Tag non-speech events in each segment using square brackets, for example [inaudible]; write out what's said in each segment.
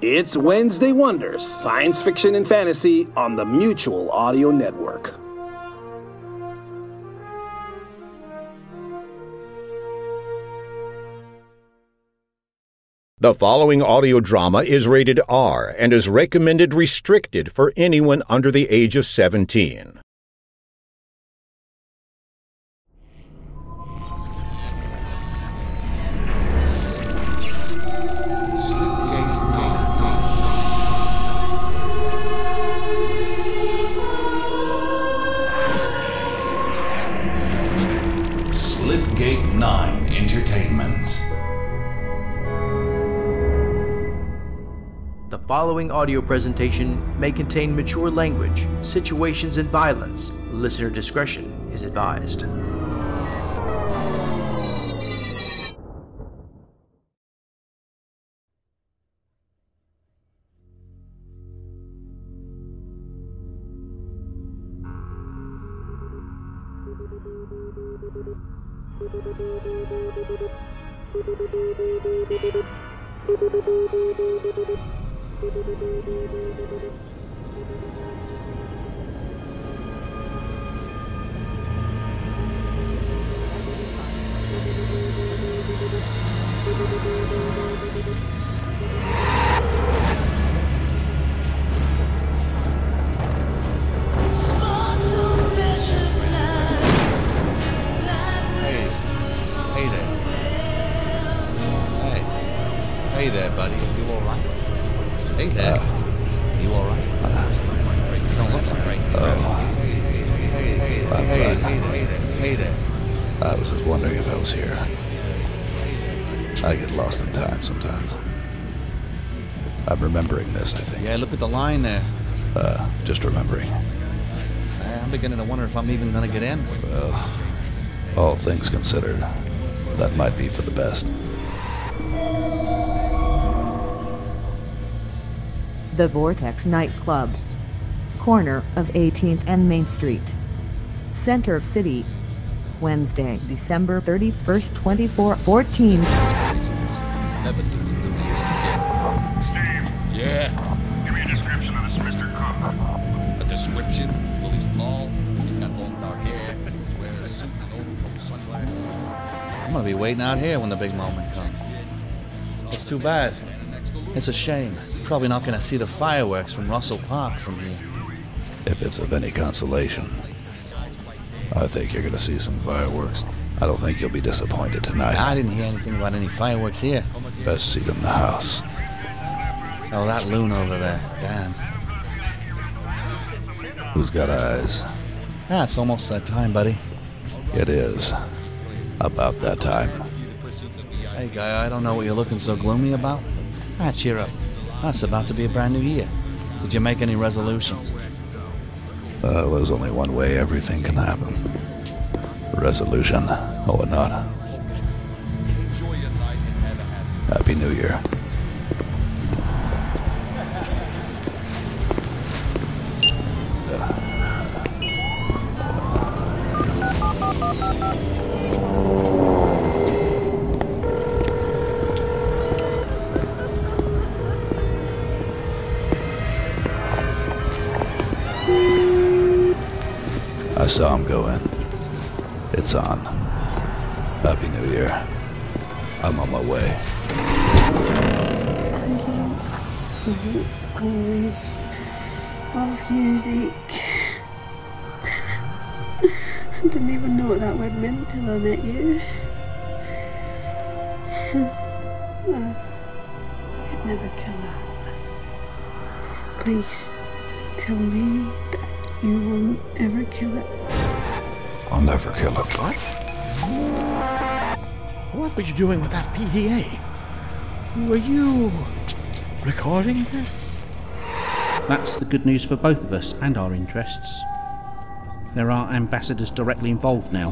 It's Wednesday Wonders, science fiction and fantasy on the Mutual Audio Network. The following audio drama is rated R and is recommended restricted for anyone under the age of 17. Slipgate 9 Entertainment. The following audio presentation may contain mature language, situations, and violence. Listener discretion is advised. Hey. Hey there. Hey. Hey there, buddy. You alright? Hey there. you Uh, alright? you don't look like crazy. hey, hey, hey, hey, hey, hey, hey, hey there. I was just wondering if I was here. I get lost in time sometimes. I'm remembering this, I think. Yeah, look at the line there. Uh, Uh, just remembering. I'm beginning to wonder if I'm even gonna get in. All things considered, that might be for the best. The Vortex Nightclub. Corner of 18th and Main Street. Center City. Wednesday, December 31st, 2414. Never do do this again. Steve, Yeah. give me a description of this Mr. Cook. A description? Well, he's tall. He's got long dark hair. He's wearing a suit and overcoat, sunglasses. I'm gonna be waiting out here when the big moment comes. It's too bad. It's a shame. Probably not gonna see the fireworks from Russell Park from here. If it's of any consolation, I think you're going to see some fireworks. I don't think you'll be disappointed I tonight. didn't hear anything about any fireworks here. Best seat in the house. Oh, that loon over there. Damn. Who's got eyes? Ah, it's almost that time, buddy. It is. About that time. Hey, guy, I don't know what you're looking so gloomy about. Ah, cheer up. That's about to be a brand new year. Did you make any resolutions? Uh, there's only one way everything can happen resolution or not. Happy New Year. I saw him go in. It's on. Happy New Year. I'm on my way. of music. I didn't even know what that word meant till I met you. I could never kill that. Please tell me that you won't ever kill it. I'll never kill it. What? What were you doing with that PDA? Were you recording this? That's the good news for both of us and our interests. There are ambassadors directly involved now.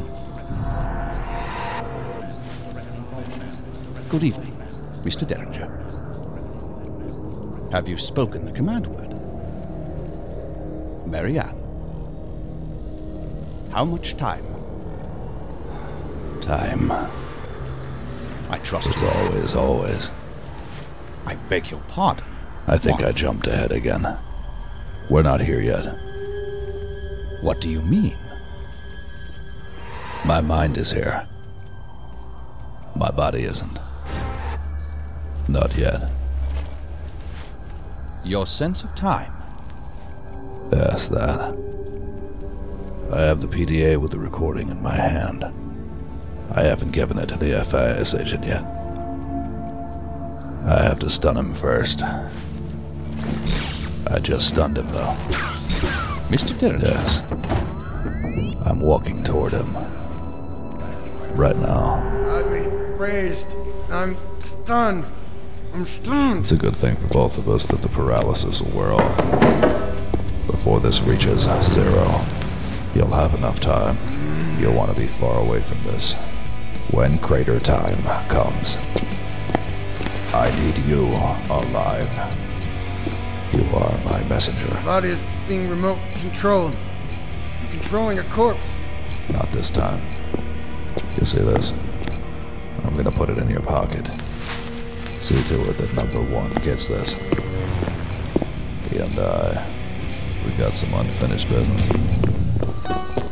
Good evening, Mr. Derringer. Have you spoken the command word? Marianne. How much time? Time. I trust it's always, always. I beg your pardon. I think I jumped ahead again. We're not here yet. What do you mean? My mind is here. My body isn't. Not yet. Your sense of time? Yes, that. I have the PDA with the recording in my hand. I haven't given it to the FIS agent yet. I have to stun him first. I just stunned him, though. Mr. Dillon? Yes. I'm walking toward him. Right now. I'm raised. I'm stunned. I'm stunned. It's a good thing for both of us that the paralysis will wear off. Before this reaches zero, you'll have enough time. You'll want to be far away from this. When crater time comes, I need you alive. You are my messenger. Body is being remote controlled. I'm controlling a corpse. Not this time. You see this? I'm gonna put it in your pocket. See to it that number one gets this. He and I, we got some unfinished business.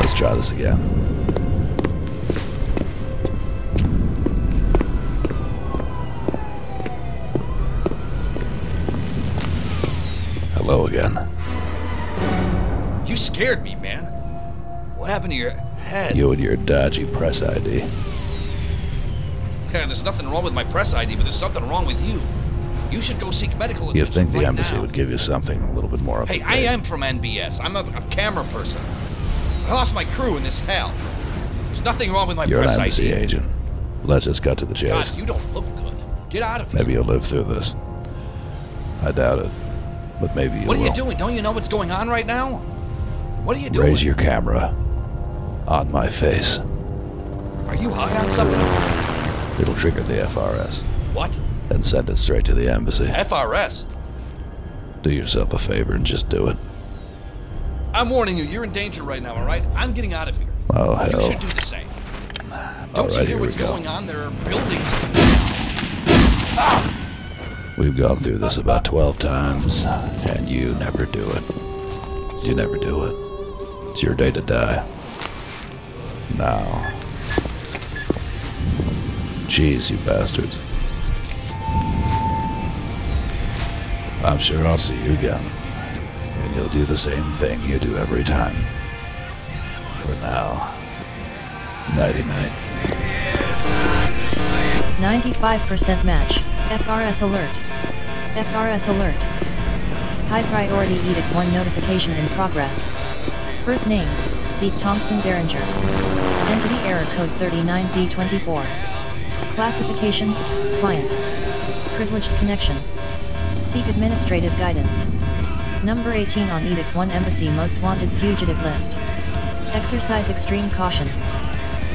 Let's try this again. Hello again. You scared me, man. What happened to your head? You and your dodgy press ID. Yeah, there's nothing wrong with my press ID, but there's something wrong with you. You should go seek medical attention. You'd think the right embassy now. would give you something a little bit more up Hey, I am from NBS. I'm a, a camera person. I lost my crew in this hell. There's nothing wrong with my You're an press embassy ID. agent. Let's just cut to the chase. God, you don't look good. Get out of here. Maybe you'll live through this. I doubt it, but maybe you What are will. you doing? Don't you know what's going on right now? What are you doing? Raise your camera on my face. Are you high on something? It'll trigger the FRS What? and send it straight to the embassy. Eh? FRS? Do yourself a favor and just do it. I'm warning you, you're in danger right now, alright? I'm getting out of here. Oh You hell! should do the same. Don't All you right, hear here we what's go. going on? There are buildings. We've gone through this about 12 times, and you never do it. You never do it. It's your day to die. Now. Jeez, you bastards. I'm sure I'll see you again. And you'll do the same thing you do every time. For now. Nighty night. 95% match. FRS alert. FRS alert. High priority edict 1 notification in progress. Birth name, Z. Thompson Derringer. Entity error code 39Z24. Classification, client. Privileged connection. Seek administrative guidance. Number 18 on Edict 1 Embassy Most Wanted Fugitive List. Exercise extreme caution.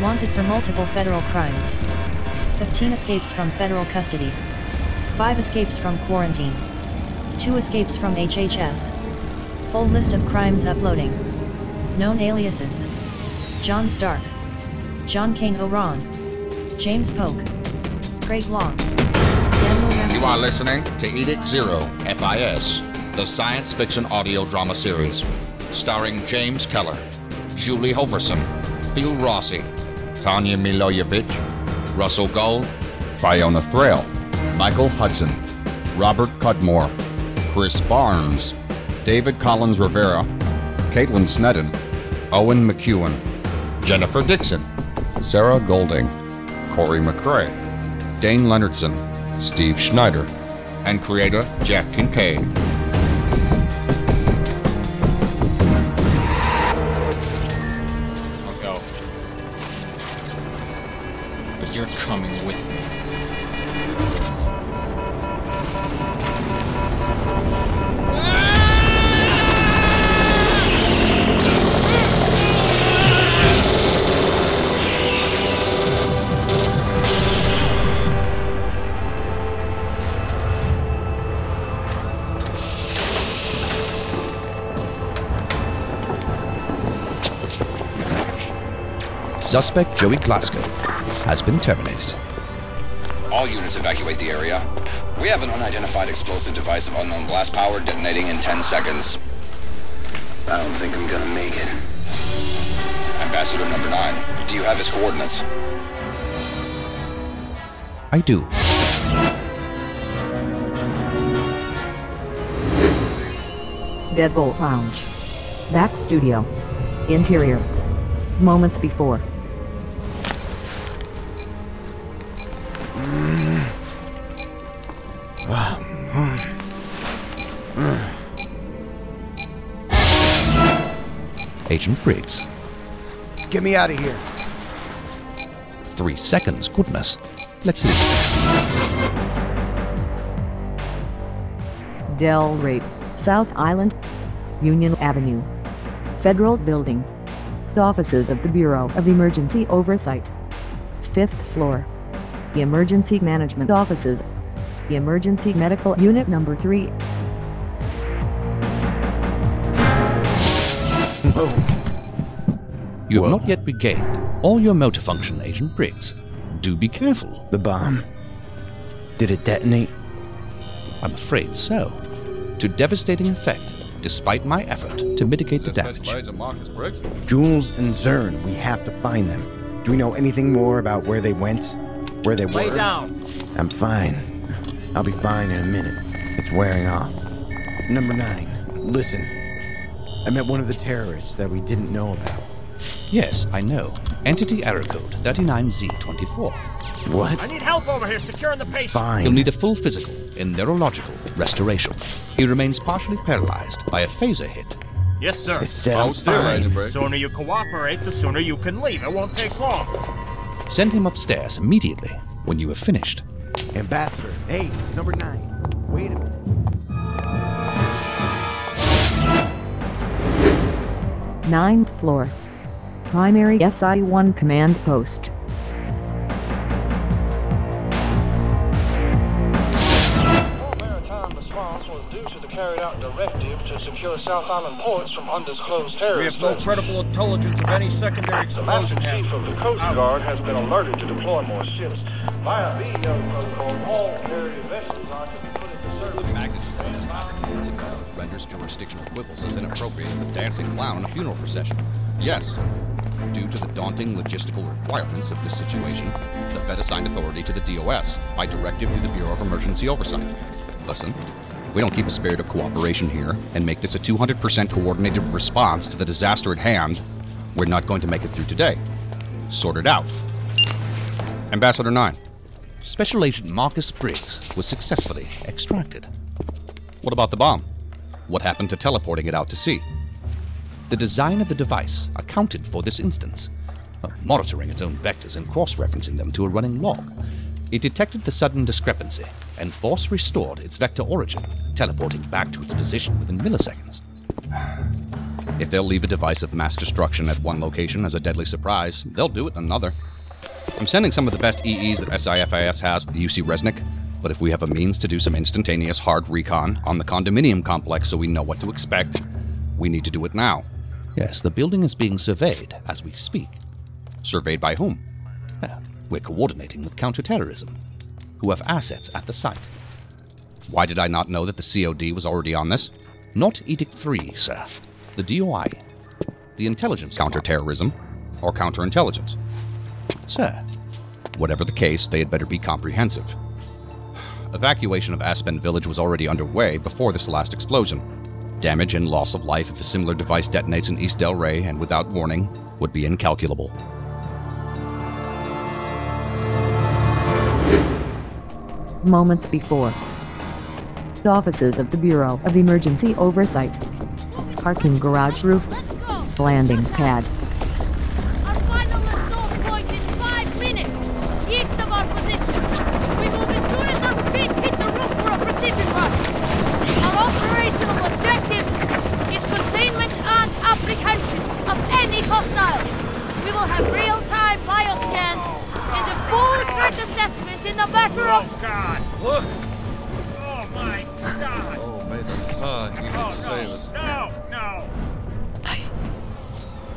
Wanted for multiple federal crimes. 15 escapes from federal custody. 5 escapes from quarantine. 2 escapes from HHS. Full list of crimes uploading. Known aliases John Stark, John Kane O'Ron, James Polk, Craig Long, Daniel Ramsey. You are listening to Edict Zero FIS, the science fiction audio drama series, starring James Keller, Julie Hoverson, Phil Rossi, Tanya Milojevic, Russell Gold, Fiona Thrale, Michael Hudson, Robert Cudmore, Chris Barnes, David Collins Rivera, Caitlin Sneddon, Owen McEwen, Jennifer Dixon, Sarah Golding, Corey McRae. Dane Leonardson, Steve Schneider, and creator Jack Kincaid. Suspect Joey Glasgow has been terminated. All units evacuate the area. We have an unidentified explosive device of unknown blast power detonating in 10 seconds. I don't think I'm gonna make it. Ambassador number nine, do you have his coordinates? I do. Deadbolt Lounge. Back studio. Interior. Moments before. Agent Briggs. Get me out of here. Three seconds, goodness. Let's [laughs] leave. Del Rey, South Island, Union Avenue. Federal Building. Offices of the Bureau of Emergency Oversight. Fifth floor. Emergency Management Offices. Emergency Medical Unit Number 3. You have not yet regained all your motor function, Agent Briggs. Do be careful. The bomb. Did it detonate? I'm afraid so. To devastating effect, despite my effort to mitigate the damage. Jules and Zern, we have to find them. Do we know anything more about where they went? Where they Lay were? down. I'm fine. I'll be fine in a minute. It's wearing off. Number nine, listen. I met one of the terrorists that we didn't know about. Yes, I know. Entity error code 39Z24. I need help over here securing the patient. He'll need a full physical and neurological restoration. He remains partially paralyzed by a phaser hit. Yes, sir. I said I'm Hold still, fine. Edinburgh. sooner you cooperate, the sooner you can leave. It won't take long. Send him upstairs immediately when you have finished. Ambassador, hey, number nine. Wait a minute. Ninth floor. Primary SI 1 Command Post. carried out directive to secure South Island ports from undisclosed We terrorists. have no credible intelligence of any secondary explosion. Chief of the Coast Guard has been alerted to deploy more ships. Via VEO protocol, all carrier vessels are to be put into service. Renders jurisdictional quibbles as inappropriate for dancing clown in a funeral procession. Yes. Due to the daunting logistical requirements of this situation, the Fed assigned authority to the DOS by directive through the Bureau of Emergency Oversight. Listen, we don't keep a spirit of cooperation here and make this a 200% coordinated response to the disaster at hand. We're not going to make it through today. Sort it out. Ambassador 9. Special Agent Marcus Briggs was successfully extracted. What about the bomb? What happened to teleporting it out to sea? The design of the device accounted for this instance, uh, monitoring its own vectors and cross referencing them to a running log. It detected the sudden discrepancy and force restored its vector origin, teleporting back to its position within milliseconds. If they'll leave a device of mass destruction at one location as a deadly surprise, they'll do it in another. I'm sending some of the best EEs that SIFIS has with the UC Resnick, but if we have a means to do some instantaneous hard recon on the condominium complex so we know what to expect, we need to do it now. Yes, the building is being surveyed as we speak. Surveyed by whom? Ah, We're coordinating with counterterrorism, who have assets at the site. Why did I not know that the COD was already on this? Not Edict 3, sir. The DOI. The intelligence. Counterterrorism or counterintelligence? Sir, Whatever the case, they had better be comprehensive. Evacuation of Aspen Village was already underway before this last explosion. Damage and loss of life if a similar device detonates in East Del Rey and without warning would be incalculable. Moments before. Offices of the Bureau of Emergency Oversight. Parking garage roof. Landing pad. Oh, God. Look. Oh, my Oh, God. Oh, may the God you can save us. No, no.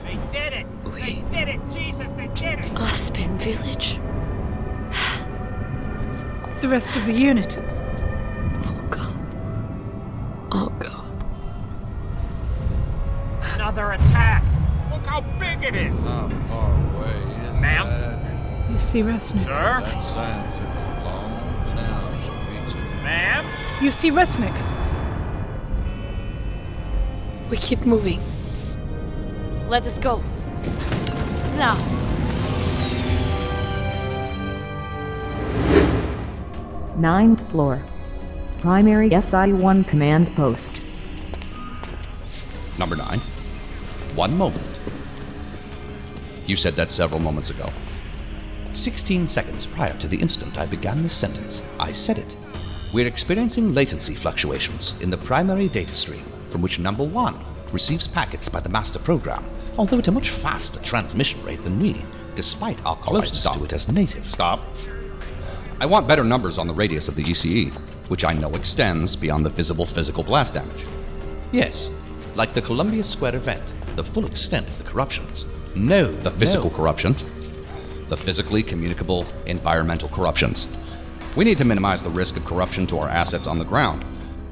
They did it. They did it. Jesus, they Aspen Village. The rest of the unit is. Oh god. Another attack! Look how big it is! Not far away, is Ma'am? You see Resnick. Sir? That sign took a long time to reach us. Ma'am? You see Resnick. We keep moving. Let us go. Now. Ninth floor. Primary SI-1 command post. Number nine. One moment. You said that several moments ago. Sixteen seconds prior to the instant I began this sentence, I said it. We're experiencing latency fluctuations in the primary data stream from which number one receives packets by the master program, although at a much faster transmission rate than we, despite our closeness to it as native. Stop. I want better numbers on the radius of the ECE, which I know extends beyond the visible physical blast damage. Yes, like the Columbia Square event, the full extent of the corruptions. No, the physical corruptions. The physically communicable environmental corruptions. We need to minimize the risk of corruption to our assets on the ground.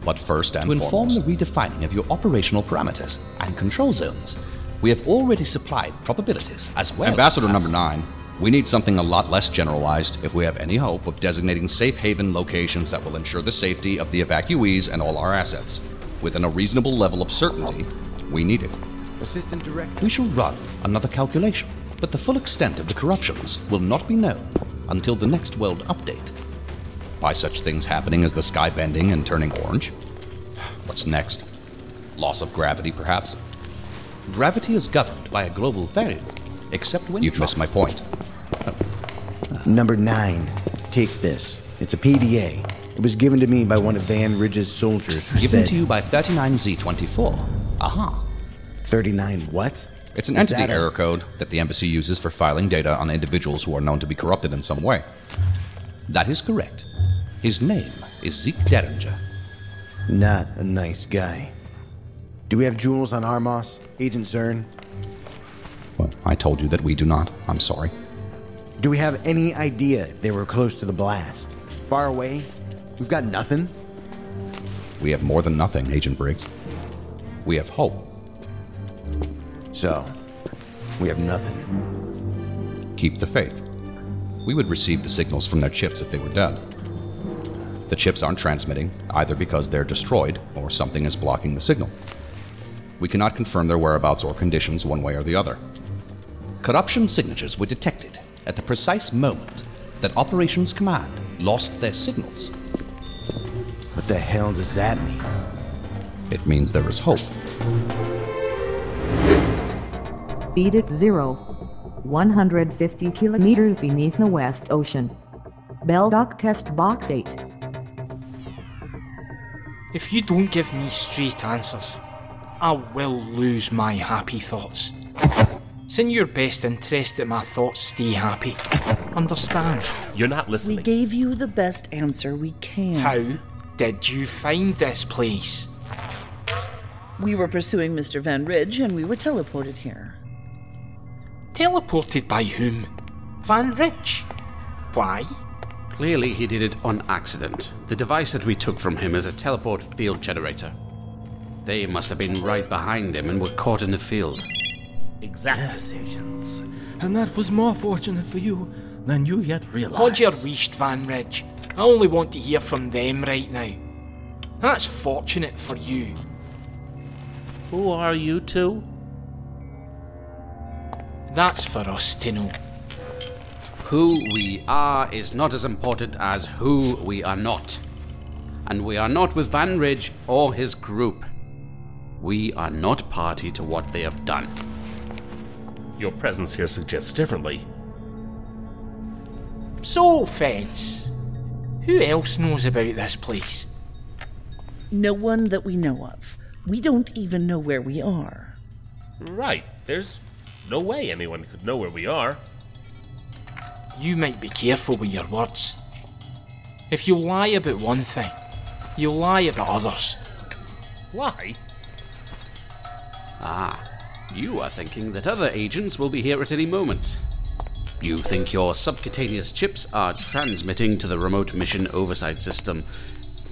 But first and to inform foremost, the redefining of your operational parameters and control zones, we have already supplied probabilities as well. Ambassador as- number nine, we need something a lot less generalized if we have any hope of designating safe haven locations that will ensure the safety of the evacuees and all our assets. Within a reasonable level of certainty, we need it. Assistant Director. We shall run another calculation, but the full extent of the corruptions will not be known until the next world update. By such things happening as the sky bending and turning orange? What's next? Loss of gravity, perhaps? Gravity is governed by a global variable, except when You've missed my point. Number nine. Take this. It's a PDA. It was given to me by one of Van Ridge's soldiers. Who given said, to you by 39Z24. Aha. 39 what? It's an Is entity that a- error code that the embassy uses for filing data on individuals who are known to be corrupted in some way. That is correct. His name is Zeke Derringer. Not a nice guy. Do we have jewels on Armos, Agent Zern? Well, I told you that we do not. I'm sorry. Do we have any idea if they were close to the blast? Far away? We've got nothing? We have more than nothing, Agent Briggs. We have hope. So, we have nothing. Keep the faith. We would receive the signals from their chips if they were dead. The chips aren't transmitting, either because they're destroyed or something is blocking the signal. We cannot confirm their whereabouts or conditions one way or the other. Corruption signatures were detected at the precise moment that Operations Command lost their signals. What the hell does that mean? It means there is hope. Beat it zero. 150 kilometers beneath the West Ocean. Beldock test box 8. If you don't give me straight answers, I will lose my happy thoughts. It's in your best interest that my thoughts stay happy. Understand? You're not We gave you the best answer we can. How did you find this place? We were pursuing Mr. Van Ridge and we were teleported here. Teleported by whom? Van Rich. Why? Clearly, he did it on accident. The device that we took from him is a teleport field generator. They must have been right behind him and were caught in the field. Exactly. Yes, agents. And that was more fortunate for you than you yet realize. Hold your reached, Van Ridge. I only want to hear from them right now. That's fortunate for you. Who are you two? That's for us to know. Who we are is not as important as who we are not. And we are not with Van Ridge or his group. We are not party to what they have done. Your presence here suggests differently. So, Feds, who else knows about this place? No one that we know of. We don't even know where we are. Right, there's no way anyone could know where we are. You might be careful with your words. If you lie about one thing, you lie about others. Why? Ah, you are thinking that other agents will be here at any moment. You think your subcutaneous chips are transmitting to the remote mission oversight system.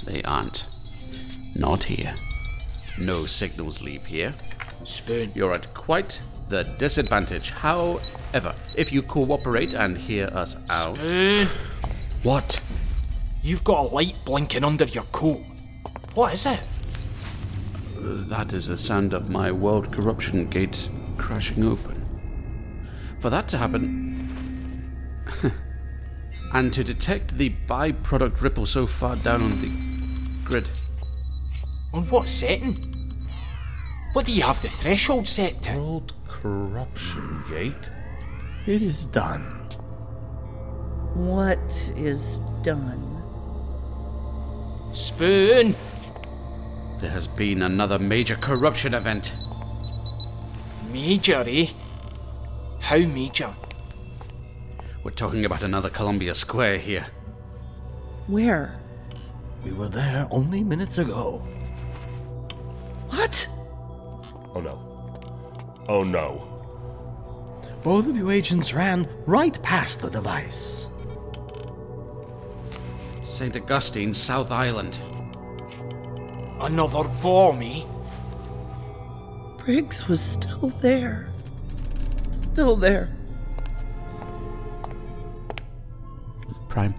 They aren't. Not here. No signals leave here. Spoon. You're at quite the disadvantage. However, if you cooperate and hear us out. Spoon. What? Eh? You've got a light blinking under your coat. What is it? That is the sound of my world corruption gate crashing open. For that to happen. [laughs] and to detect the byproduct ripple so far down on the grid. On what setting? What do you have the threshold set to? World corruption gate? It is done. What is done? Spoon! There has been another major corruption event. Major, eh? How major? We're talking about another Columbia Square here. Where? We were there only minutes ago. What? Oh no. Oh no. Both of you agents ran right past the device. St. Augustine, South Island. Another bomb, eh? Briggs was still there. Still there. Prime,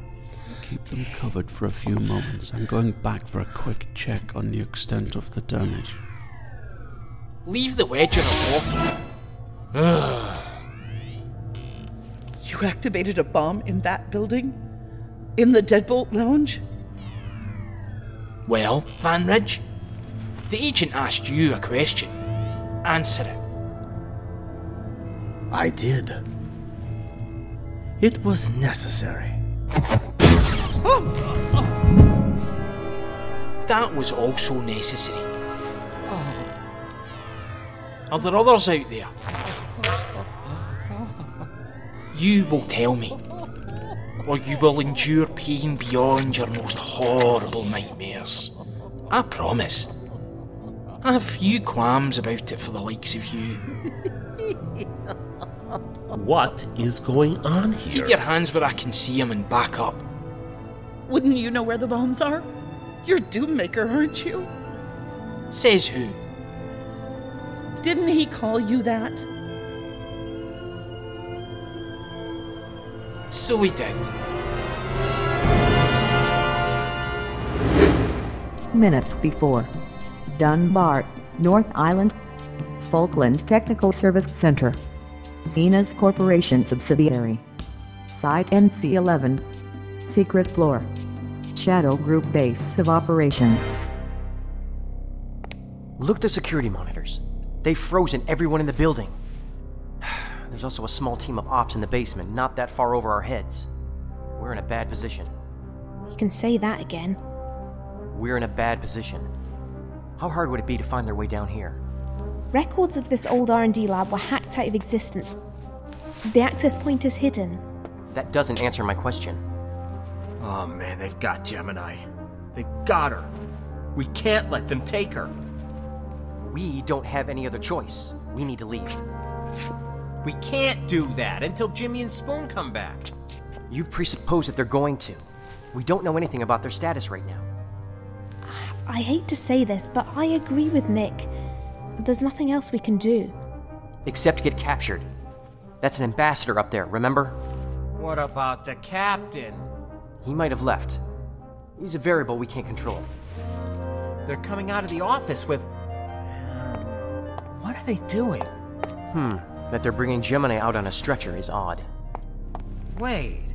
keep them covered for a few moments. I'm going back for a quick check on the extent of the damage. Leave the wedge in a bottle. Ugh. You activated a bomb in that building? In the Deadbolt Lounge? [laughs] Well, Van Ridge, the agent asked you a question. Answer it. I did. It was necessary. That was also necessary. Are there others out there? You will tell me, or you will endure pain beyond your most horrible nightmares. I promise. I have few qualms about it for the likes of you. What is going on here? Keep your hands where I can see them and back up. Wouldn't you know where the bombs are? You're Doommaker, aren't you? Says who? Didn't he call you that? So we did. Minutes before. Dunbar, North Island, Falkland Technical Service Center, Zenas Corporation subsidiary, Site NC11, Secret Floor, Shadow Group Base of Operations. Look at the security monitors. They've frozen everyone in the building. [sighs] There's also a small team of ops in the basement, not that far over our heads. We're in a bad position. You can say that again. We're in a bad position. How hard would it be to find their way down here? Records of this old R&D lab were hacked out of existence. The access point is hidden. That doesn't answer my question. Oh man, they've got Gemini. They've got her. We can't let them take her. We don't have any other choice. We need to leave. We can't do that until Jimmy and Spoon come back. You've presupposed that they're going to. We don't know anything about their status right now. I hate to say this, but I agree with Nick. There's nothing else we can do. Except get captured. That's an ambassador up there, remember? What about the captain? He might have left. He's a variable we can't control. They're coming out of the office with. What are they doing? Hmm. That they're bringing Gemini out on a stretcher is odd. Wait.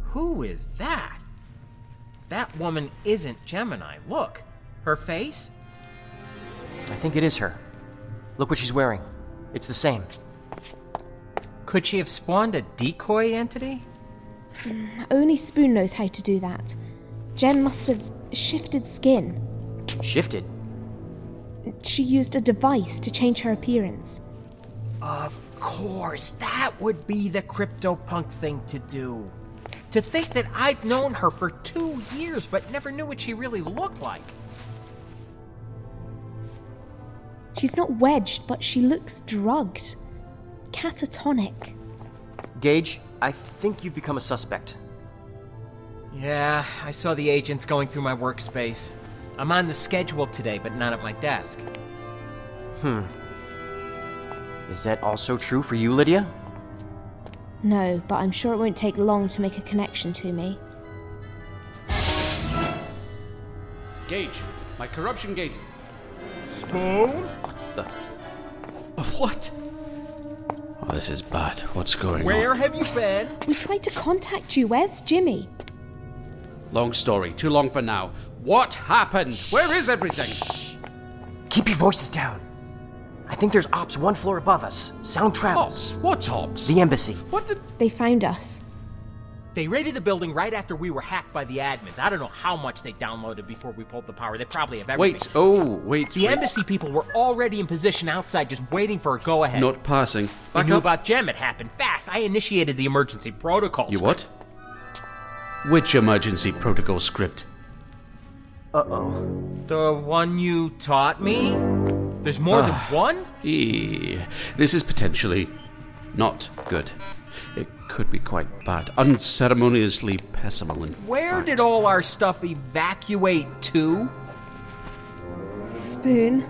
Who is that? That woman isn't Gemini. Look. Her face? I think it is her. Look what she's wearing. It's the same. Could she have spawned a decoy entity? Mm, Only Spoon knows how to do that. Jen must have shifted skin. Shifted? She used a device to change her appearance. Of course, that would be the CryptoPunk thing to do. To think that I've known her for two years but never knew what she really looked like. She's not wedged, but she looks drugged. Catatonic. Gage, I think you've become a suspect. Yeah, I saw the agents going through my workspace. I'm on the schedule today, but not at my desk. Hmm. Is that also true for you, Lydia? No, but I'm sure it won't take long to make a connection to me. Gage, my corruption gate. Spoon? The- What? Oh, this is bad. What's going on? have you been? We tried to contact you. Where's Jimmy? Long story, too long for now. What happened? Where is everything? Keep your voices down. I think there's ops one floor above us. Sound travels. Ops? What ops? The embassy. What the? They found us. They raided the building right after we were hacked by the admins. I don't know how much they downloaded before we pulled the power. They probably have everything. Wait, oh, wait. The wait. embassy people were already in position outside, just waiting for a go-ahead. Not passing. I Back knew up. about Jem. It happened fast. I initiated the emergency protocol. You script. what? Which emergency protocol script? Uh-oh. The one you taught me? There's more than Ah. one? Eee, this is potentially not good. It could be quite bad. Unceremoniously pessimal and Where did all our stuff evacuate to? Spoon.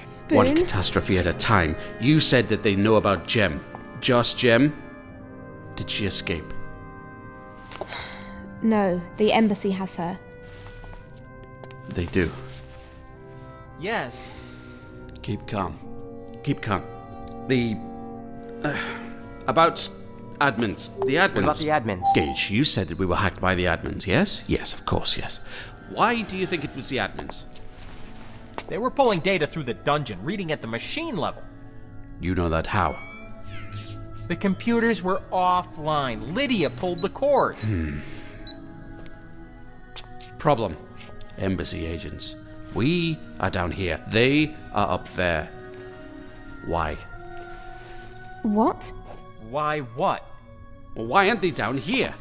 Spoon. one catastrophe at a time. You said that they know about Jem. Just Jem? Did she escape? No, the embassy has her. They do. Yes. Keep calm. Keep calm. The. uh, about admins. The admins. What about the admins? Gage, you said that we were hacked by the admins, yes? Yes, of course, yes. Why do you think it was the admins? They were pulling data through the dungeon, reading at the machine level. You know that how? The computers were offline. Lydia pulled the cords. Hmm. Problem. Embassy agents. We are down here. They are up there. Why? What? Why what? Well, why aren't they down here?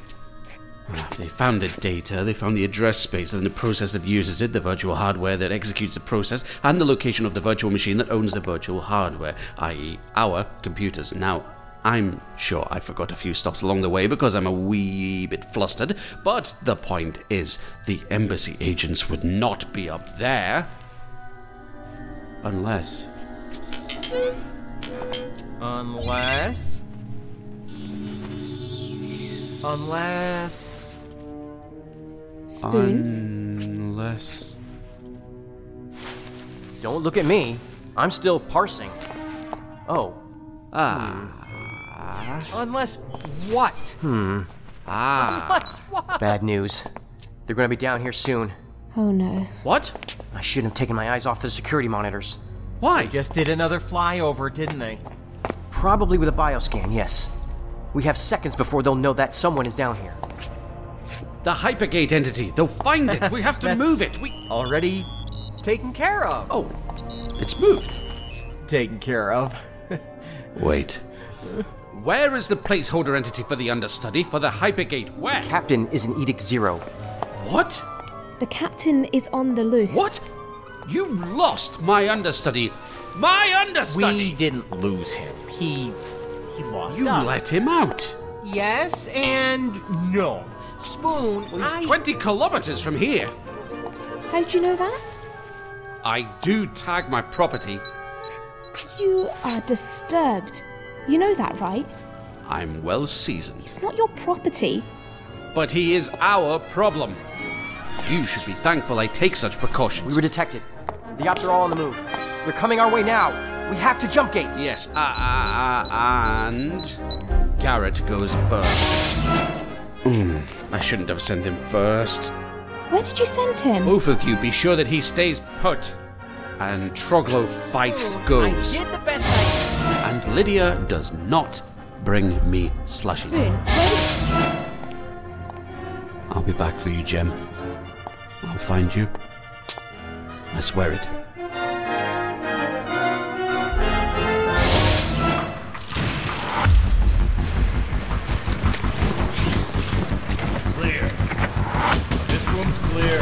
They found the data, they found the address space, and the process that uses it, the virtual hardware that executes the process, and the location of the virtual machine that owns the virtual hardware, i.e., our computers. Now, I'm sure I forgot a few stops along the way because I'm a wee bit flustered, but the point is the embassy agents would not be up there. Unless. Unless. Unless. Unless. Don't look at me. I'm still parsing. Oh. Ah. Unless what? Hmm. Unless what? Bad news. They're gonna be down here soon. Oh no. What? I shouldn't have taken my eyes off the security monitors. Why? They just did another flyover, didn't they? Probably with a bioscan, yes. We have seconds before they'll know that someone is down here. The Hypergate entity. They'll find it. [laughs] We have to move it. We already taken care of. Oh, it's moved. Taken care of. [laughs] Wait. Where is the placeholder entity for the understudy for the Hypergate? Where? Captain is in Edict Zero. What? The captain is on the loose. What? You lost my understudy. My understudy. We didn't lose him. He he lost You us. let him out. Yes and no. Spoon. He's I... 20 kilometers from here. How'd you know that? I do tag my property. You are disturbed. You know that, right? I'm well seasoned, It's not your property. but he is our problem. You should be thankful I take such precautions. We were detected. The ops are all on the move. They're coming our way now. We have to jump gate. Yes, uh, uh, uh, and Garrett goes first. Mm, I shouldn't have sent him first. Where did you send him? Both of you, be sure that he stays put. And Troglo fight Oh, goes. I did the best I And Lydia does not bring me slushies. Spoon, where- I'll be back for you, Jem. I'll find you. I swear it. Clear. This room's clear.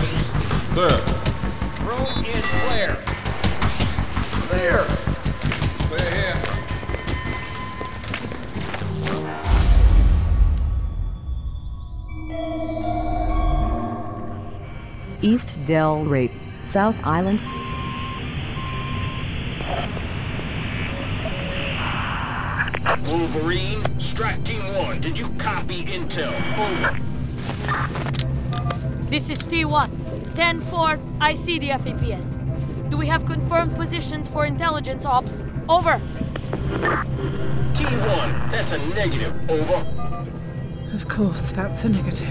Clear. Room is clear. Clear. Clear here. East Del Rey, South Island. Wolverine, Strat Team 1, did you copy intel? Over. This is T1. 10 4, I see the FAPS. Do we have confirmed positions for intelligence ops? Over. T1, that's a negative. Over. Of course, that's a negative.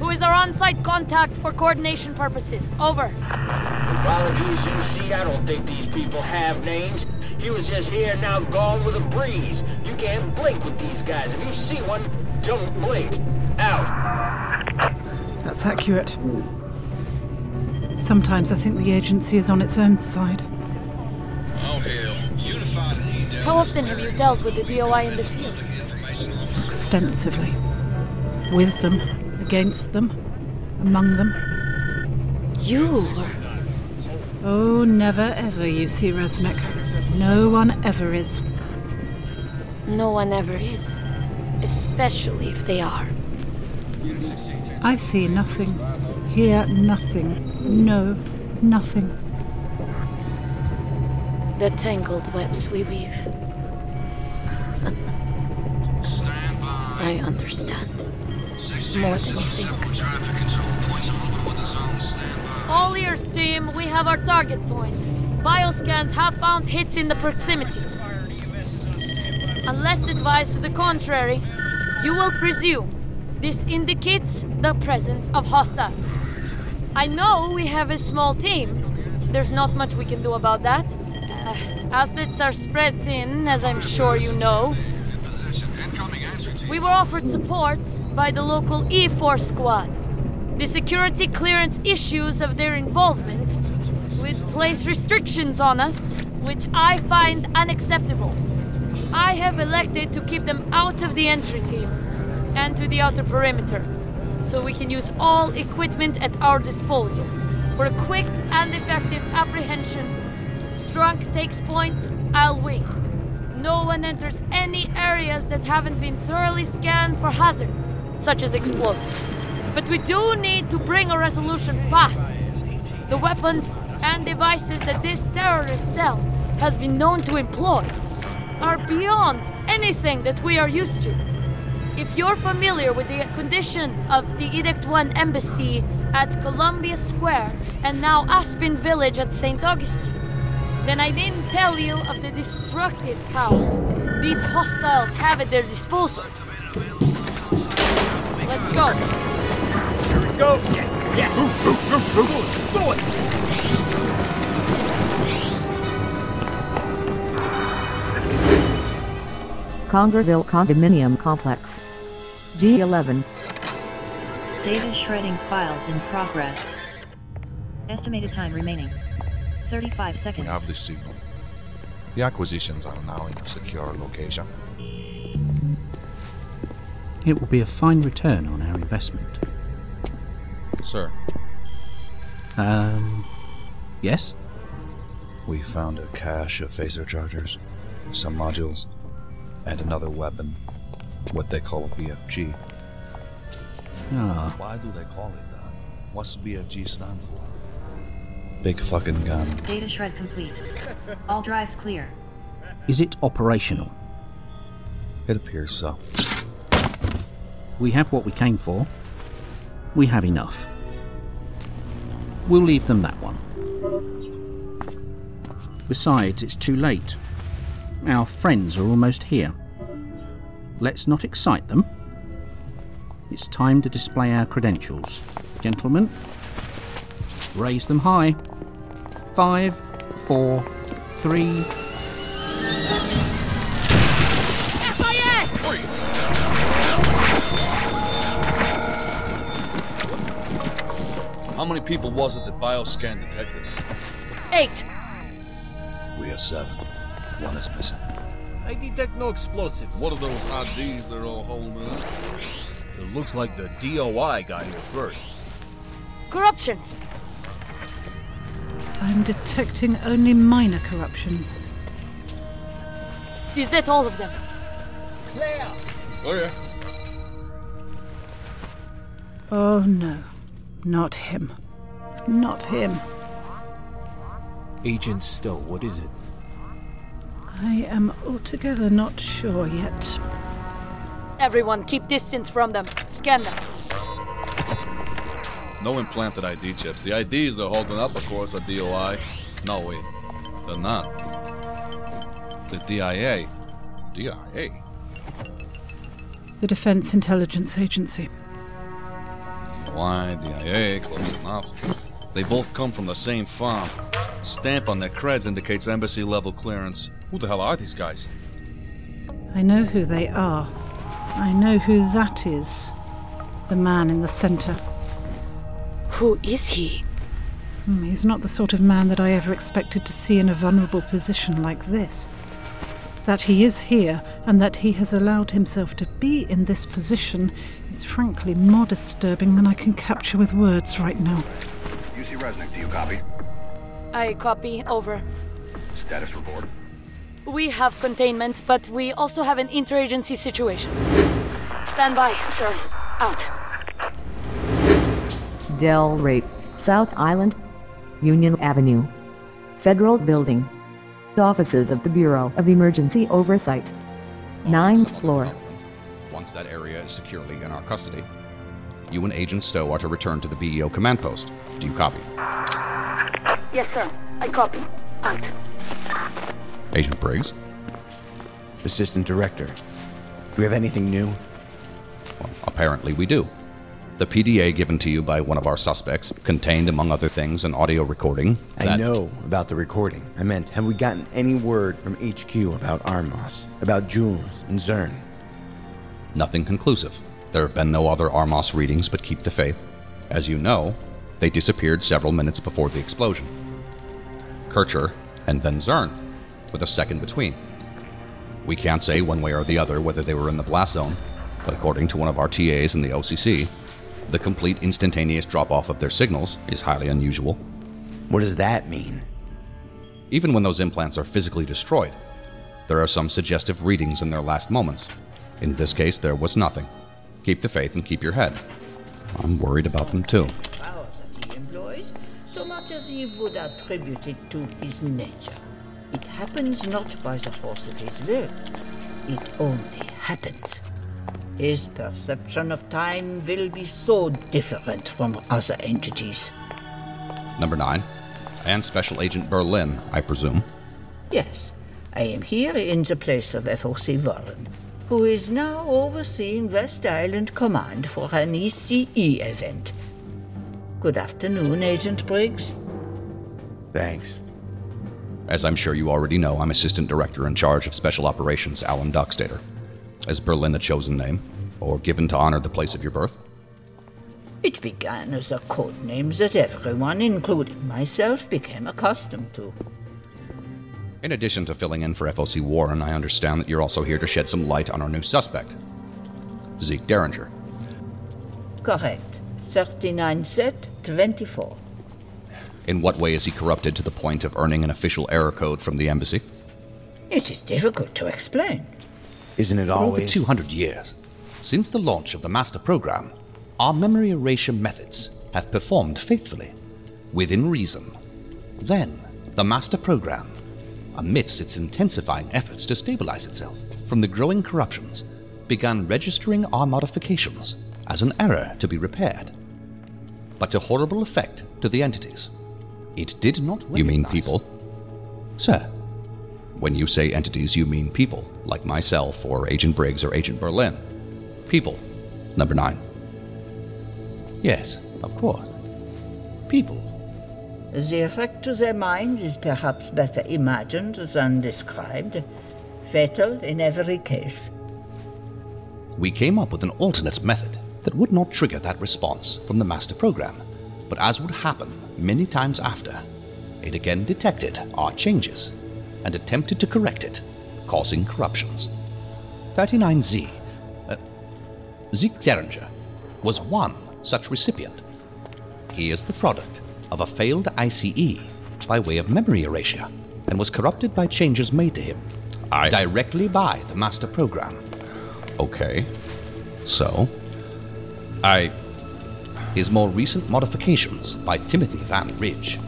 Who is our on site contact for coordination purposes? Over. While he was in seat, I don't think these people have names. He was just here now gone with a breeze. You can't blink with these guys. If you see one, don't blink. Out. That's accurate. Sometimes I think the agency is on its own side. How often have you dealt with the DOI in the field? Extensively. With them, against them, among them. You were. Oh, never ever, you see, Resnick. No one ever is. No one ever is. Especially if they are. I see nothing, hear nothing, know nothing. The tangled webs we weave. I understand. More than you think. All ears, team. We have our target point. Bioscans have found hits in the proximity. Unless advised to the contrary, you will presume this indicates the presence of hostiles. I know we have a small team. There's not much we can do about that. Uh, assets are spread thin, as I'm sure you know. We were offered support by the local E4 squad. The security clearance issues of their involvement would place restrictions on us, which I find unacceptable. I have elected to keep them out of the entry team and to the outer perimeter, so we can use all equipment at our disposal. For a quick and effective apprehension, Strunk takes point, I'll wing. No one enters any areas that haven't been thoroughly scanned for hazards, such as explosives. But we do need to bring a resolution fast. The weapons and devices that this terrorist cell has been known to employ are beyond anything that we are used to. If you're familiar with the condition of the Edict 1 embassy at Columbia Square and now Aspen Village at St. Augustine, then I didn't tell you of the destructive power these hostiles have at their disposal. Let's go. Here we go. Yeah, yeah. Ooh, ooh, ooh, ooh. Let's do it. Congerville Condominium Complex. G11. Data shredding files in progress. Estimated time remaining 35 We seconds. have the signal. The acquisitions are now in a secure location. It will be a fine return on our investment. Sir, Um, yes? We found a cache of phaser chargers, some modules, and another weapon, what they call a BFG. Ah, Why do they call it that? What's BFG stand for? Big fucking gun. Data shred complete. All drives clear. is it operational? It appears so. We have what we came for. We have enough. We'll leave them that one. Besides, it's too late. Our friends are almost here. Let's not excite them. It's time to display our credentials. Gentlemen, raise them high. Five, four, three, how many people was it that Bioscan detected? Eight. We are seven. One is missing. I detect no explosives. What are those IDs they're all holding up? It looks like the DOI got here first. [gasps] Corruptions. I'm detecting only minor corruptions. Is that all of them? Oh yeah. Oh no, not him. Not him. Agent Stowe, what is it? I am altogether not sure yet. Everyone, keep distance from them. Scan them. No implanted ID chips. The IDs they're holding up, of course, are DOI. No, wait. They're not. The DIA. DIA? The Defense Intelligence Agency. Why, DIA, close enough. They both come from the same farm. Stamp on their creds indicates embassy level clearance. Who the hell are these guys? I know who they are. I know who that is. The man in the centre. Who is he? Hmm, He's not the sort of man that I ever expected to see in a vulnerable position like this. That he is here and that he has allowed himself to be in this position is frankly more disturbing than I can capture with words right now. UC Resnick, do you copy? I copy. Over. Status report. We have containment, but we also have an interagency situation. Stand by, sir. Out. Del Rape, South Island, Union Avenue, Federal Building, Offices of the Bureau of Emergency Oversight, ninth floor. Once that area is securely in our custody, you and Agent Stowe are to return to the BEO command post. Do you copy? Yes, sir. I copy. Agent Briggs? Assistant Director. Do we have anything new? Apparently, we do. The PDA given to you by one of our suspects contained, among other things, an audio recording that. I know about the recording. I meant, have we gotten any word from HQ about Armos, about Jules and Zern? Nothing conclusive. There have been no other Armos readings, but keep the faith. As you know, they disappeared several minutes before the explosion. Kircher, and then Zern, with a second between. We can't say one way or the other whether they were in the blast zone, but according to one of our TAs in the OCC, the complete instantaneous drop off of their signals is highly unusual. What does that mean? Even when those implants are physically destroyed, there are some suggestive readings in their last moments. In this case, there was nothing. Keep the faith and keep your head. I'm worried about them too. powers that he employs so much as he would attribute it to his nature. It happens not by the force that is there, it only happens. His perception of time will be so different from other entities. Number 9. And Special Agent Berlin, I presume. Yes, I am here in the place of FOC Warren, who is now overseeing West Island Command for an ECE event. Good afternoon, Agent Briggs. Thanks. As I'm sure you already know, I'm Assistant Director in charge of Special Operations Alan Dockstader. Is Berlin a chosen name, or given to honor the place of your birth? It began as a code name that everyone, including myself, became accustomed to. In addition to filling in for FOC Warren, I understand that you're also here to shed some light on our new suspect, Zeke Derringer. Correct. 39 set, 24. In what way is he corrupted to the point of earning an official error code from the embassy? It is difficult to explain. Isn't it For over 200 years, since the launch of the master program, our memory erasure methods have performed faithfully, within reason. Then, the master program, amidst its intensifying efforts to stabilize itself from the growing corruptions, began registering our modifications as an error to be repaired, but to horrible effect to the entities. It did not recognize. You mean people? Sir, when you say entities, you mean people, like myself or Agent Briggs or Agent Berlin. People. Number nine. Yes, of course. People. The effect to their mind is perhaps better imagined than described. Fatal in every case. We came up with an alternate method that would not trigger that response from the master program, but as would happen many times after, it again detected our changes and attempted to correct it, causing corruptions. 39Z, uh, Zeke Derringer, was one such recipient. He is the product of a failed ICE by way of memory erasure and was corrupted by changes made to him directly by the master program. Okay. So? I. his more recent modifications by Timothy Van Ridge.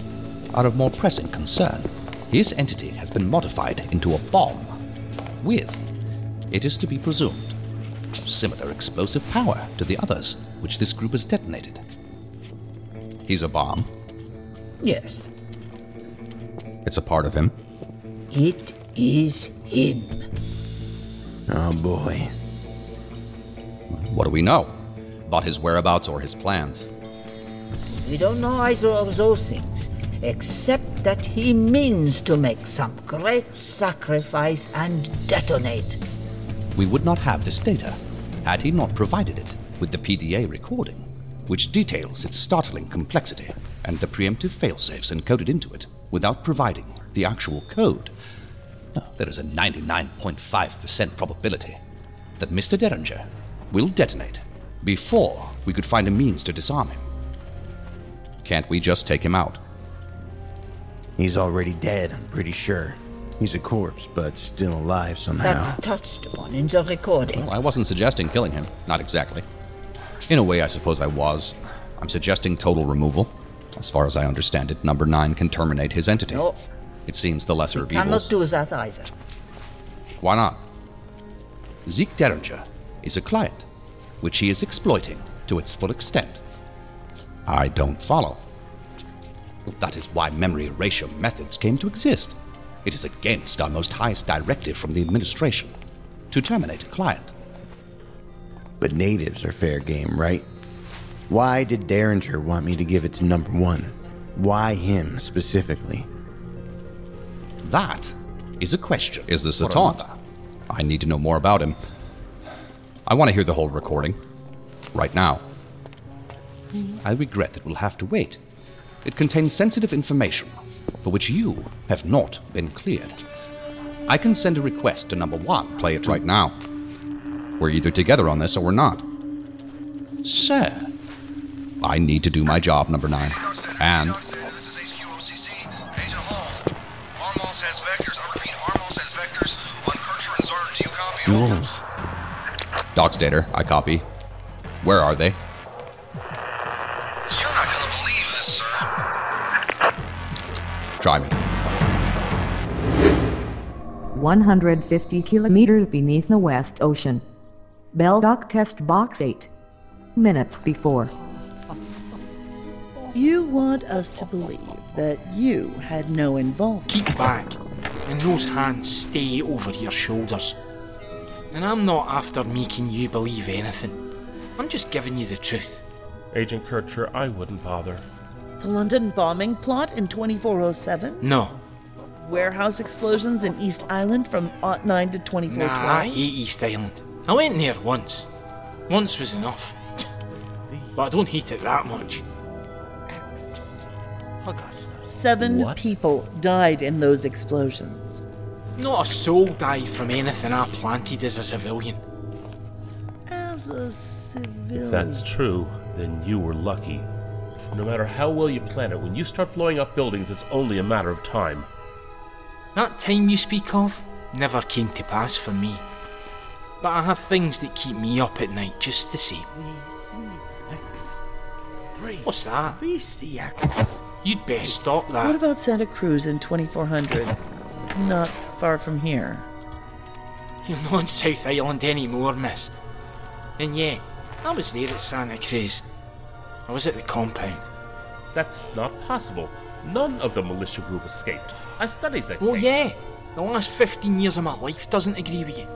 Out of more pressing concern, his entity has been modified into a bomb with, it is to be presumed, of similar explosive power to the others which this group has detonated. He's a bomb. Yes, It's a part of him. it is him. Oh boy. What do we know about his whereabouts or his plans? We don't know either of those things, except that he means to make some great sacrifice and detonate. We would not have this data had he not provided it with the PDA recording, which details its startling complexity and the preemptive failsafes encoded into it without providing the actual code. Now, There is a 99.5% probability that Mr. Derringer will detonate before we could find a means to disarm him. Can't we just take him out? He's already dead, I'm pretty sure. He's a corpse, but still alive somehow. That's touched upon in the recording. Well, I wasn't suggesting killing him. Not exactly. In a way, I suppose I was. I'm suggesting total removal. As far as I understand it, number nine can terminate his entity. No. It seems the lesser of Cannot evils. do that either. Why not? Zeke Derringer is a client, which he is exploiting to its full extent. I don't follow. Well, that is why memory erasure methods came to exist. It is against our most highest directive from the administration to terminate a client. But natives are fair game, right? Why did Derringer want me to give it to number one? Why him specifically? That is a question. Is this a taunt? I need to know more about him. I want to hear the whole recording. Right now. I regret that we'll have to wait. It contains sensitive information for which you have not been cleared. I can send a request to number one. Play it right now. We're either together on this or we're not. Sir, I need to do my job, number nine. And Wolves. Doc's data, I copy. Where are they? You're not gonna believe this, sir. Try me. 150 kilometers beneath the West Ocean. Beldock test box 8. Minutes before. You want us to believe that you had no involvement. Keep back, and those hands stay over your shoulders. And I'm not after making you believe anything. I'm just giving you the truth. Agent Kircher, I wouldn't bother. The London bombing plot in 2407. No. Warehouse explosions in East Island from 09 to Nah, I 2412. hate East Island. I went there once. Once was enough. But I don't hate it that much. Seven What? people died in those explosions. Not a soul died from anything I planted as a civilian. As a civilian. If that's true, then you were lucky. No matter how well you plan it, when you start blowing up buildings, it's only a matter of time. That time you speak of never came to pass for me. But I have things that keep me up at night just the same. What's that? You'd best stop that. What about Santa Cruz in 2400? Not far from here. You're not on South Island anymore, miss. And yeah, I was there at Santa Cruz. I was at the compound. That's not possible. None of the militia group escaped. I studied that Well, case. yeah, the last 15 years of my life doesn't agree with you.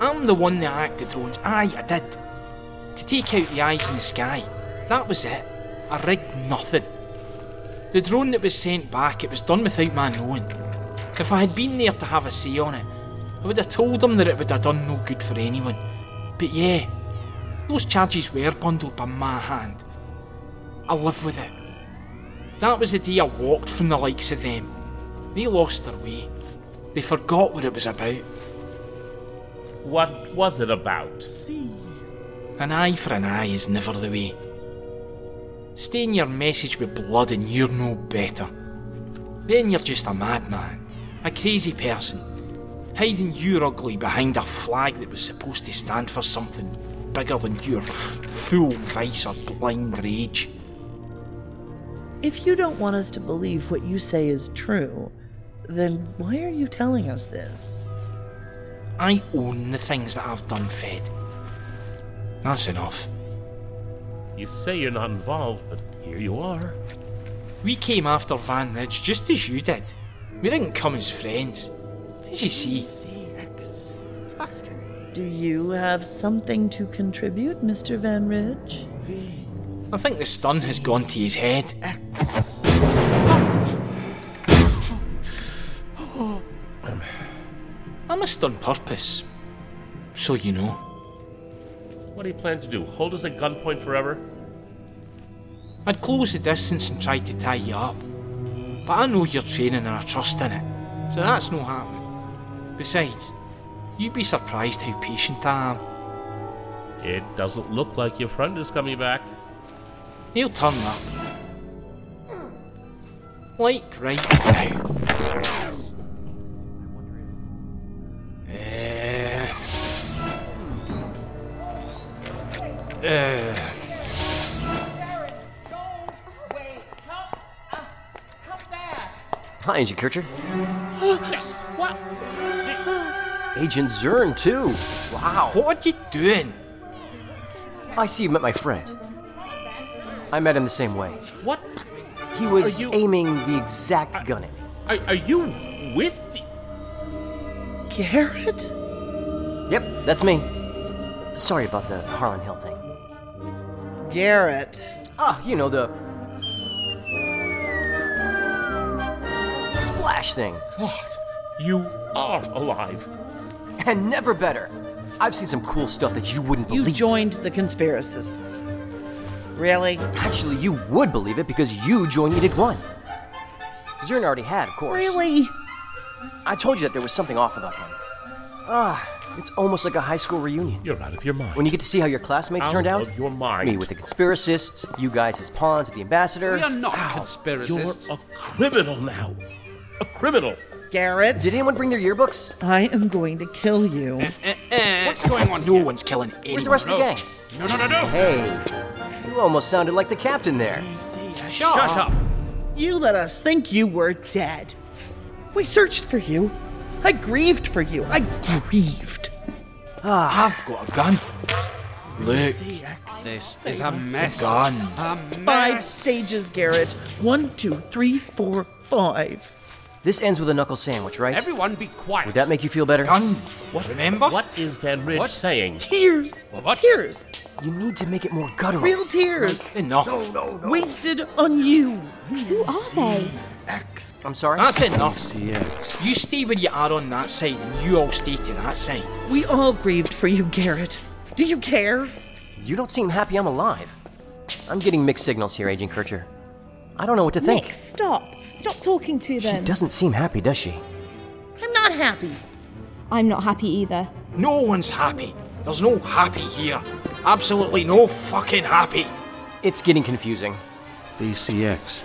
I'm the one that acted drones. Aye, I did. To take out the eyes in the sky. That was it. I rigged nothing. The drone that was sent back, it was done without my knowing. If I had been there to have a say on it, I would have told them that it would have done no good for anyone. But yeah, those charges were bundled by my hand. I live with it. That was the day I walked from the likes of them. They lost their way. They forgot what it was about. What was it about? See. An eye for an eye is never the way. Stain your message with blood and you're no better. Then you're just a madman, a crazy person, hiding your ugly behind a flag that was supposed to stand for something bigger than your fool vice or blind rage. If you don't want us to believe what you say is true, then why are you telling us this? I own the things that I've done, Fed. That's enough. You say you're not involved, but here you are. [gasps] We came after Van Ridge just as you did. We didn't come as friends. As you see. Do you have something to contribute, Mr. Van Ridge? I think the stun has gone to his head. Um. I missed on purpose. So you know. What do you plan to do? Hold us at gunpoint forever? I'd close the distance and try to tie you up. But I know your training and I trust in it, so that's no happening. Besides, you'd be surprised how patient I am. It doesn't look like your friend is coming back. He'll turn up. Like right now. Eh. Eh. Hi, Agent Kircher. what? Agent Zern, too. Wow. What are you doing? I see you met my friend. I met him the same way. What? He was aiming the exact gun at me. Are, are you with the. Garrett? Yep, that's me. Sorry about the Harlan Hill thing. Garrett. Ah, you know, the. Splash thing. You are alive. And never better. I've seen some cool stuff that you wouldn't You believe. joined the conspiracists. Really? Actually, you would believe it because you joined Edict 1. Zern already had, of course. Really? I told you that there was something off about him. Ah, it's almost like a high school reunion. You're out of your mind. When you get to see how your classmates Out turned out, of your mind. me with the conspiracists, you guys as pawns at the ambassador. We are not conspiracists. You're a criminal now. A criminal. Garrett? Did anyone bring their yearbooks? I am going to kill you. What's going on? uh, No one's killing anyone. Where's the rest of the gang? No, no, no, no. Hey, you almost sounded like the captain there. Shut up. You let us think you were dead. We searched for you. I grieved for you. I grieved. Ah. I've got a gun. Look. This is a mess. Gone. A Five stages, Garrett. One, two, three, four, five. This ends with a knuckle sandwich, right? Everyone be quiet. Would that make you feel better? What? Remember? What is Van Ridge saying? Tears. What? Tears. You need to make it more guttural. Real tears. Enough. Wasted on you. Who are they? I'm sorry? That's enough. You stay where you are on that side, and you all stay to that side. We all grieved for you, Garrett. Do you care? You don't seem happy I'm alive. I'm getting mixed signals here, Agent Kircher. I don't know what to think. Nick, stop. Stop talking to She them. doesn't seem happy, does she? I'm not happy. I'm not happy either. No one's happy. There's no happy here. Absolutely no fucking happy. It's getting confusing. VCX.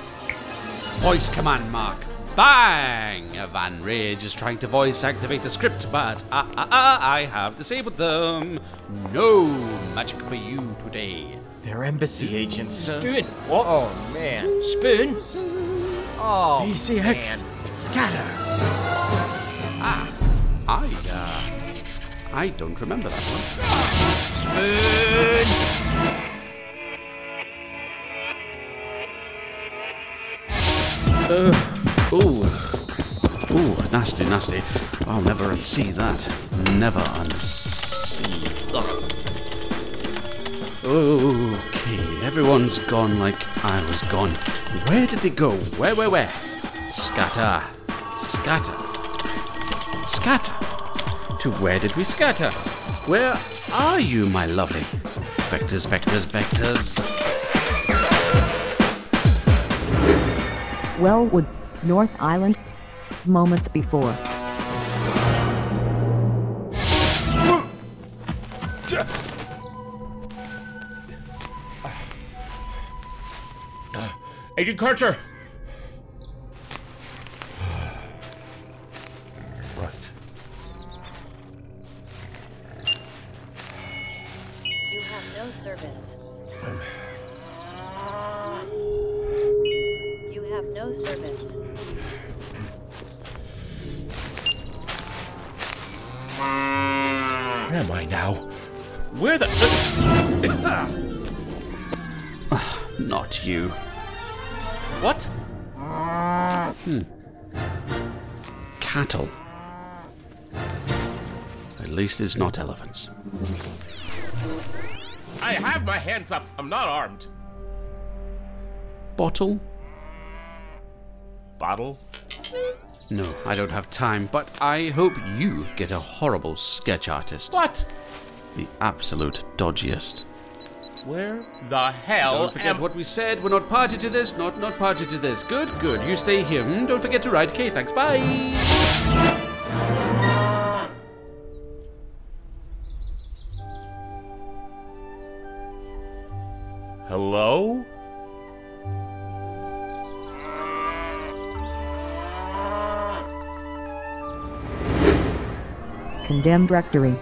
Voice command mark. Bang! Van Rage is trying to voice activate the script, but ah ah ah, I have disabled them. No magic for you today. They're embassy agents. Spoon. What? Oh man. Spoon. Oh. VCX. Scatter. Ah, I uh, I don't remember that one. Spoon. Uh, Ooh, ooh, nasty, nasty. I'll never unsee that. Never unsee. Ugh. Okay, everyone's gone like I was gone. Where did they go? Where, where, where? Scatter, scatter, scatter. To where did we scatter? Where are you, my lovely? Vectors, vectors, vectors. Wellwood, North Island. Moments before. Agent Karcher! Right. You have no service. You have no service. Where am I now? Where [sighs] the. Ah, Not you. what? Hmm. Cattle. At least it's not elephants. I have my hands up. I'm not armed. Bottle? Bottle? No, I don't have time, but I hope you get a horrible sketch artist. What? The absolute dodgiest. Where the hell? Don't forget what we said. We're not party to this, not not party to this. Good, good. You stay here. Hmm, don't forget to write. Okay, thanks. Bye. Hello? Condemned Rectory,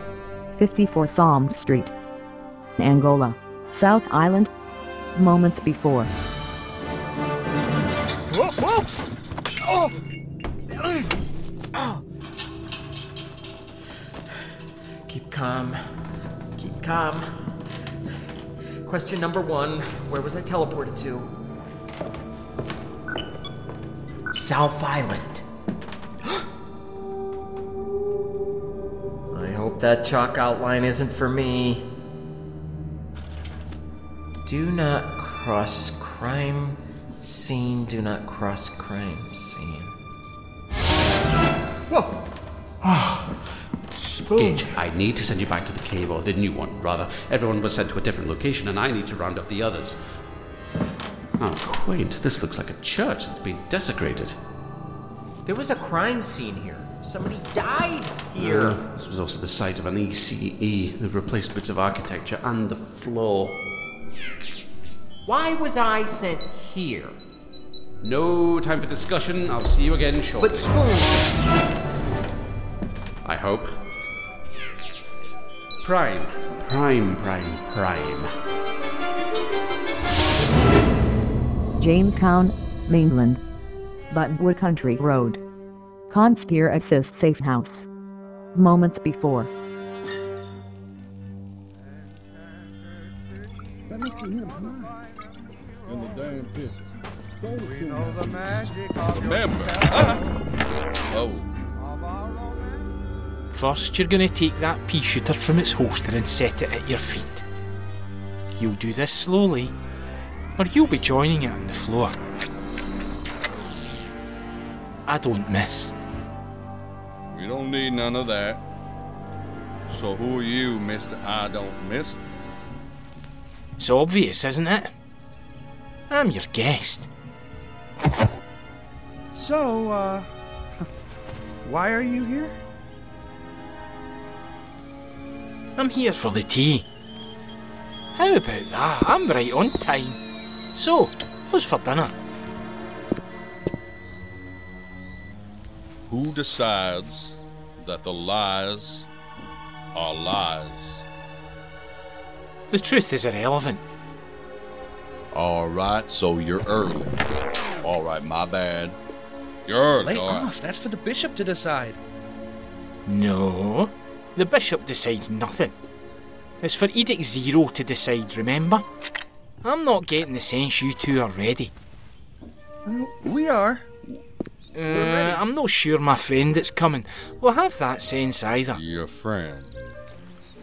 54 Psalms Street, Angola, South Island. Moments before. Whoa, whoa! Oh! Oh! Keep calm. Keep calm. Question number one Where was I teleported to? South Island. I hope that chalk outline isn't for me. Do not cross crime scene. Do not cross crime scene. Gage, I need to send you back to the cave, or the new one, rather. Everyone was sent to a different location, and I need to round up the others. Oh, quaint. This looks like a church that's been desecrated. There was a crime scene here. Somebody died here. Uh, this was also the site of an E ECE that replaced bits of architecture and the floor. Why was I sent here? No time for discussion. I'll see you again shortly. But Spoon, I hope. Prime. Prime, prime, prime. Jamestown, mainland. Buttonwood Country Road. Conspire Assist Safe House. Moments before. In the damn pit. We know the magic of your Remember. Oh. First, you're going to take that pea shooter from its holster and set it at your feet. You'll do this slowly, or you'll be joining it on the floor. I don't miss. We don't need none of that. So who are you, Mr. I Don't Miss? It's obvious, isn't it? I'm your guest. So, uh, why are you here? I'm here for the tea. How about that? I'm right on time. So, what's for dinner? Who decides that the lies are lies? The truth is irrelevant. All right, so you're early. All right, my bad. You're early. Lay all right. off. That's for the bishop to decide. No. The bishop decides nothing. It's for Edict Zero to decide, remember? I'm not getting the sense you two are ready. We are. Uh, I'm not sure my friend that's coming will have that sense either. Your friend?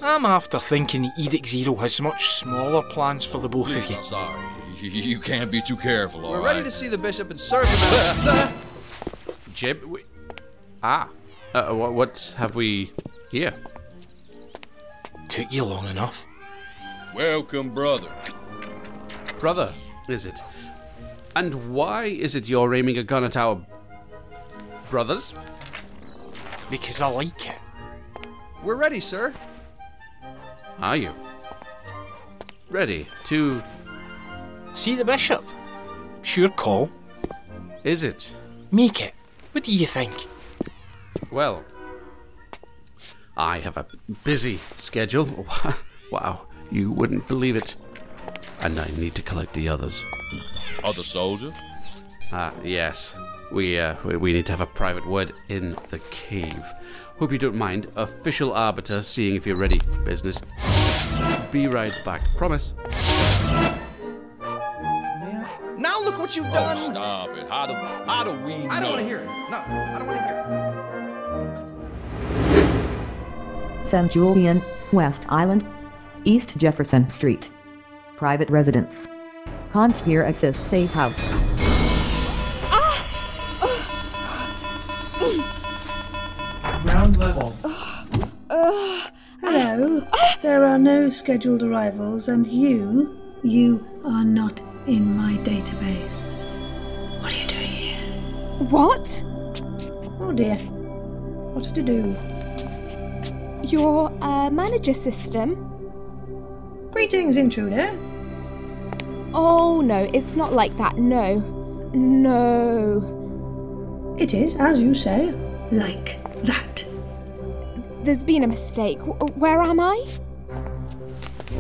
I'm after thinking that Edict Zero has much smaller plans for the both of you. I'm sorry. [laughs] You can't be too careful, all We're right? ready to see the bishop and serve [laughs] him. Jib. We... Ah. Uh, what, what have we here? Took you long enough. Welcome, brother. Brother, is it? And why is it you're aiming a gun at our brothers? Because I like it. We're ready, sir. Are you? Ready to. See the bishop? Sure call. Is it? Make it. What do you think? Well, I have a busy schedule. [laughs] wow. You wouldn't believe it. And I need to collect the others. Other soldier? Ah, yes. We, uh, we we need to have a private word in the cave. Hope you don't mind. Official arbiter, seeing if you're ready. for Business. Be right back. Promise. Now look what you've Oh, done. stop it. How do, how do we I don't know? wanna hear it. No, I don't want to hear. San Julian, West Island, East Jefferson Street. Private residence. Conspire Assist Safe House. Ground level. Ugh. Ah! hello. There are no scheduled arrivals, and you, you are not in my database. What are you doing here? What? Oh dear. What did you do? Your uh, manager system? Greetings, intruder. Oh no, it's not like that. No, no. It is, as you say, like that. There's been a mistake. W- where am I?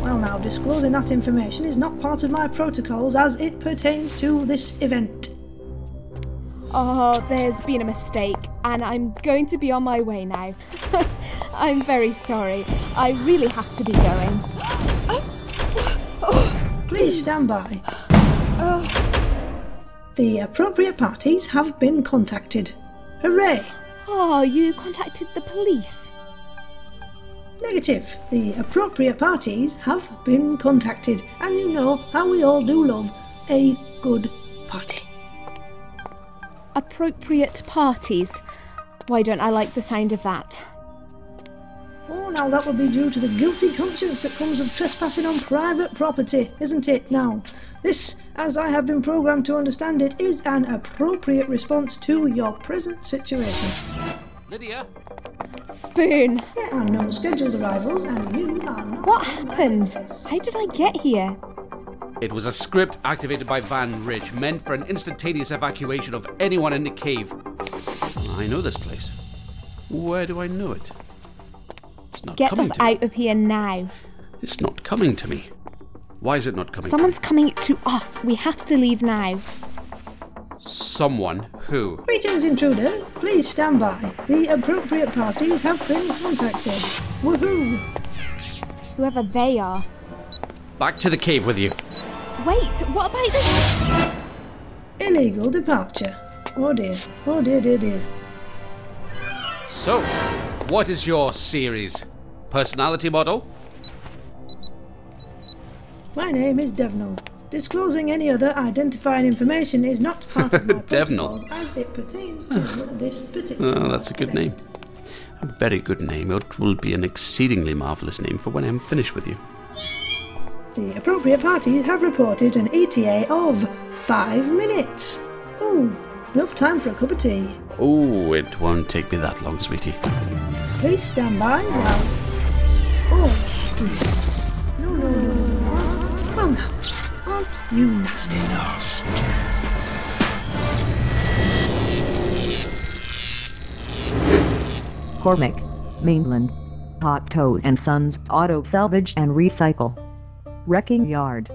Well, now, disclosing that information is not part of my protocols as it pertains to this event. Oh, there's been a mistake, and I'm going to be on my way now. [laughs] I'm very sorry. I really have to be going. Please stand by. Oh, The appropriate parties have been contacted. Hooray! Oh, you contacted the police? Negative. The appropriate parties have been contacted, and you know how we all do love a good party. Appropriate parties. Why don't I like the sound of that? Oh, now that would be due to the guilty conscience that comes of trespassing on private property, isn't it? Now, this, as I have been programmed to understand it, is an appropriate response to your present situation. Lydia? Spoon. There are no scheduled arrivals, and you are not. What happened? How did I get here? It was a script activated by Van Ridge, meant for an instantaneous evacuation of anyone in the cave. I know this place. Where do I know it? It's not Get coming us to me. out of here now. It's not coming to me. Why is it not coming? Someone's coming to us. We have to leave now. Someone who? Greetings, intruder. Please stand by. The appropriate parties have been contacted. Woohoo! Whoever they are. Back to the cave with you. Wait, what about this? Illegal departure. Oh dear. Oh dear, dear, dear. So, what is your series? Personality model? My name is Devnall. Disclosing any other identifying information is not part of my Devnall. as it pertains to this particular. Oh, that's a good name. A very good name. It will be an exceedingly marvelous name for when I'm finished with you. The appropriate parties have reported an ETA of five minutes. Oh, enough time for a cup of tea. Oh, it won't take me that long, sweetie. Please stand by now. Oh, dear. No, no, no, no, no. Well, now, aren't you nasty? Nasty. Cormac, Mainland. Hot Toad and Sons Auto Salvage and Recycle. Wrecking Yard.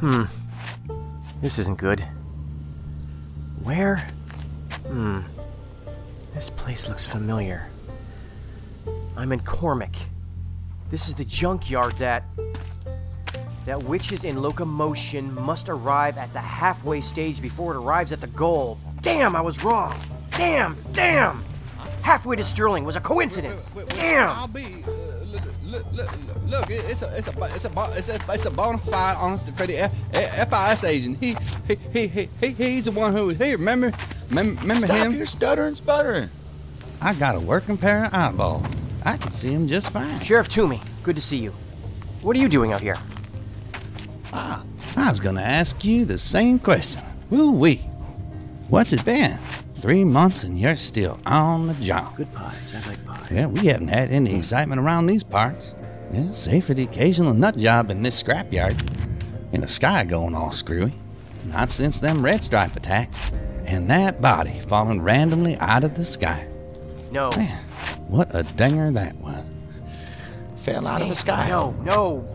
Hmm. This isn't good. Where? Hmm. This place looks familiar. I'm in Cormac. This is the junkyard that. That witches in locomotion must arrive at the halfway stage before it arrives at the goal. Damn, I was wrong! Damn, damn! Halfway to Sterling was a coincidence! Damn! I'll be. uh, Look, look, look, look, it- it's a, it's a, bo- it's a, bo- it's a, it's a bona fide, honest to credit F- F- FIS agent. He, he, he, he, he, he's the one who was here. Remember, remember, remember Stop him? your stuttering, sputtering. I got a working pair of eyeballs. I can see him just fine. Sheriff Toomey, good to see you. What are you doing out here? Ah, I was gonna ask you the same question. Woo wee. What's it been? Three months and you're still on the job. Good pies. I like pies. Yeah, we haven't had Hmm. any excitement around these parts. Yeah, save for the occasional nut job in this scrapyard. And the sky going all screwy. Not since them red stripe attack. and that body falling randomly out of the sky. No. What a dinger that was. Fell out of the Dang, sky. No, no.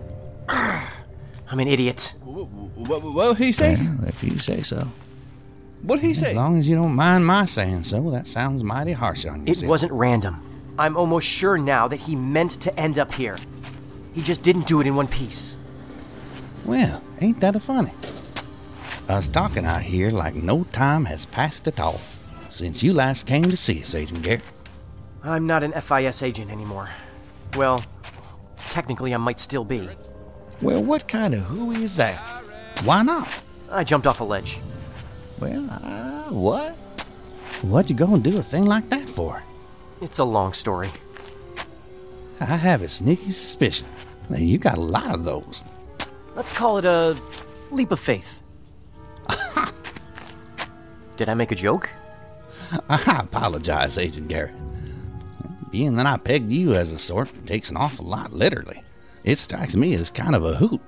I'm an idiot. What, what he say? Well, if you say so. What he As long as you don't mind my saying so, that sounds mighty harsh on you. It Sid. wasn't random. I'm almost sure now that he meant to end up here. He just didn't do it in one piece. Well, ain't that a funny? Us talking out here like no time has passed at all since you last came to see us, Agent Garrett. I'm not an FIS agent anymore. Well, technically, I might still be. Well, what kind of who is that? Why not? I jumped off a ledge. Well, uh, what? What you gonna do a thing like that for? It's a long story. I have a sneaky suspicion that you got a lot of those. Let's call it a leap of faith. Did I make a joke? [laughs] I apologize, Agent Garrett. Being that I pegged you as a sort takes an awful lot literally. It strikes me as kind of a hoot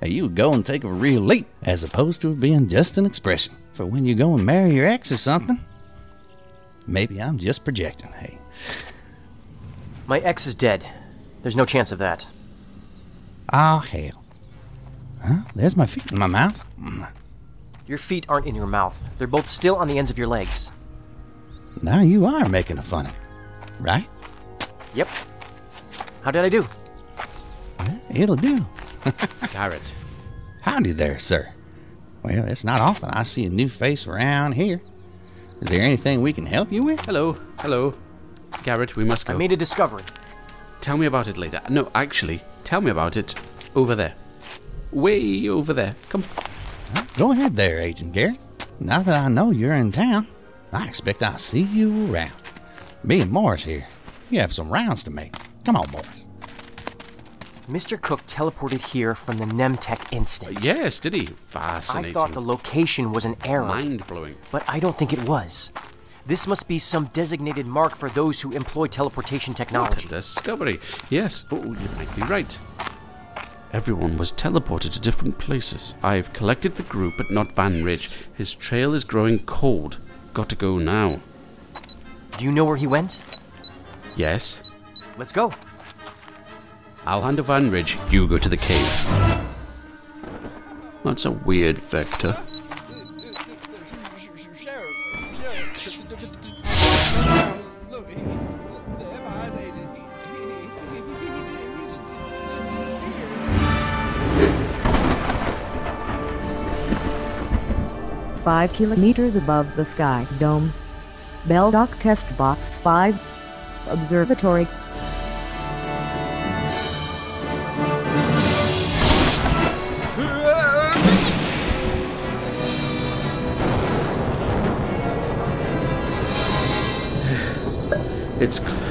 that you would go and take a real leap as opposed to it being just an expression for when you go and marry your ex or something. Maybe I'm just projecting, hey. My ex is dead. There's no chance of that. Ah, hell. Huh? There's my feet in my mouth. Mm. Your feet aren't in your mouth. They're both still on the ends of your legs. Now you are making a funny, right? Yep. How did I do? It'll do. [laughs] Garrett. Howdy there, sir. Well, it's not often I see a new face around here. Is there anything we can help you with? Hello, hello. Garrett, we must go. I made a discovery. Tell me about it later. No, actually, tell me about it over there. Way over there. Come. Go ahead there, Agent Garrett. Now that I know you're in town, I expect I'll see you around. Me and Morris here. You have some rounds to make. Come on, Morris. Mr. Cook teleported here from the Nemtech incident. Yes, did he? I Uh, Fascinating. thought the location was an error. Mind blowing. But I don't think it was. This must be some designated mark for those who employ teleportation What technology. a discovery. Yes, oh, you might be right. Everyone was teleported to different places. I've collected the group, but not Van Ridge. His trail is growing cold. Got to go now. Do you know where he went? Yes. Let's go. I'll handle Van Ridge. You go to the cave. That's a weird vector. Five kilometers above the sky dome. Beldock Test Box 5. Observatory. It's cl-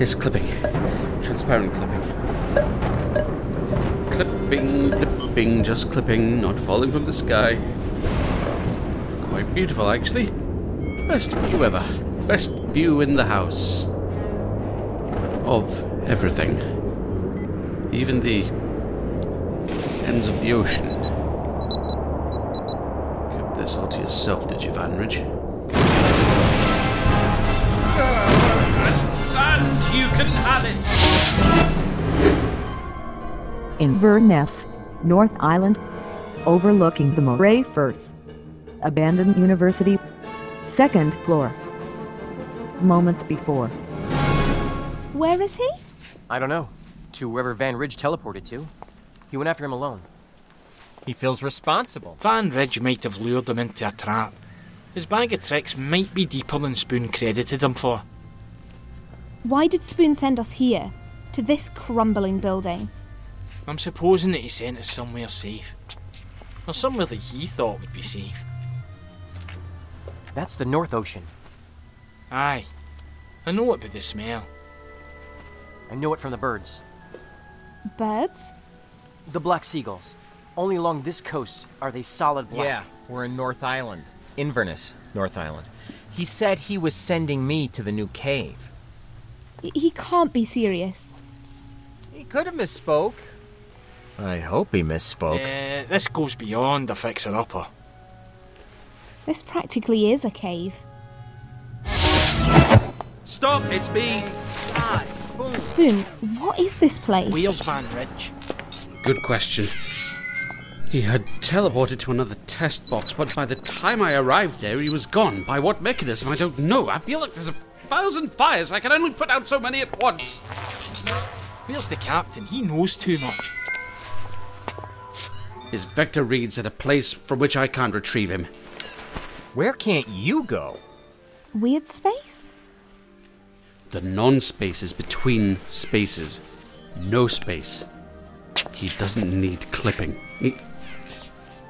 it's clipping, transparent clipping, clipping, clipping, just clipping, not falling from the sky. Quite beautiful, actually. Best view ever. Best view in the house of everything, even the ends of the ocean. Keep this all to yourself, did you, Vanridge? And you can have it! Inverness, North Island, overlooking the Moray Firth. Abandoned University, second floor. Moments before. Where is he? I don't know. To wherever Van Ridge teleported to. He went after him alone. He feels responsible. Van Ridge might have lured him into a trap. His bag of tricks might be deeper than Spoon credited him for. Why did Spoon send us here? To this crumbling building? I'm supposing that he sent us somewhere safe. Or somewhere that he thought would be safe. That's the North Ocean. Aye. I know it by the smell. I know it from the birds. Birds? The black seagulls. Only along this coast are they solid black. Yeah, we're in North Island, Inverness, North Island. He said he was sending me to the new cave. H- He can't be serious. He could have misspoke. I hope he misspoke. Eh, this goes beyond a fixer upper. This practically is a cave. Stop, it's me. Spoon, what is this place? Wheels Van Ridge. Good question. He had teleported to another test box, but by the time I arrived there, he was gone. By what mechanism, I don't know. I feel like there's a thousand fires. I can only put out so many at once. Where's the captain? He knows too much. His vector reads at a place from which I can't retrieve him. Where can't you go? Weird space? The non space is between spaces. No space. He doesn't need clipping. He,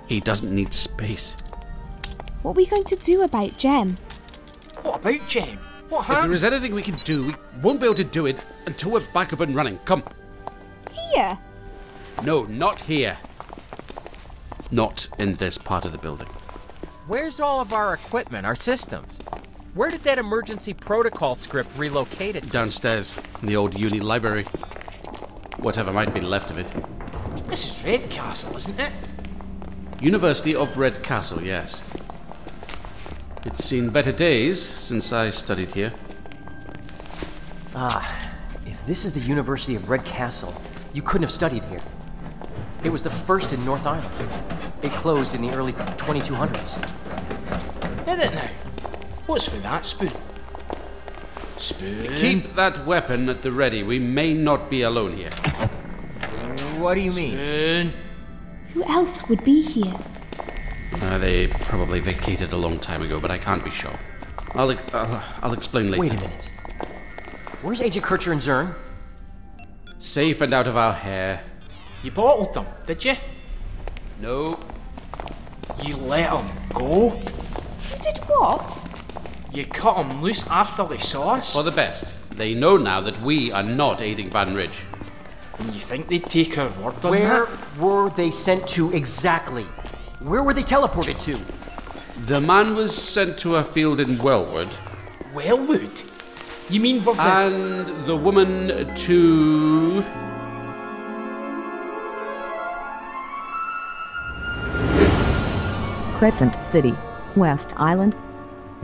he doesn't need space. What are we going to do about Jem? What about Jem? What If happened? there is anything we can do, we won't be able to do it until we're back up and running. Come. Here! No, not here. Not in this part of the building. Where's all of our equipment, our systems? Where did that emergency protocol script relocate it? Downstairs, in the old uni library. Whatever might be left of it. This is Redcastle, isn't it? University of Red Castle, yes. It's seen better days since I studied here. Ah, if this is the University of Red Castle, you couldn't have studied here. It was the first in North Island. It closed in the early 2200s. Did it now? What's with that spoon? Spoon. Keep that weapon at the ready. We may not be alone here. What do you mean? Who else would be here? Uh, they probably vacated a long time ago, but I can't be sure. I'll, ex- I'll, I'll explain later. Wait a minute. Where's Agent Kircher and Zern? Safe and out of our hair. You bottled them, did you? No. You let them go? You did what? You cut them loose after they saw us? For the best. They know now that we are not aiding Van Ridge. And you think they'd take our word on Where that? were they sent to exactly? Where were they teleported to? The man was sent to a field in Wellwood, Wellwood? You mean we're the- and the woman to. Crescent City, West Island,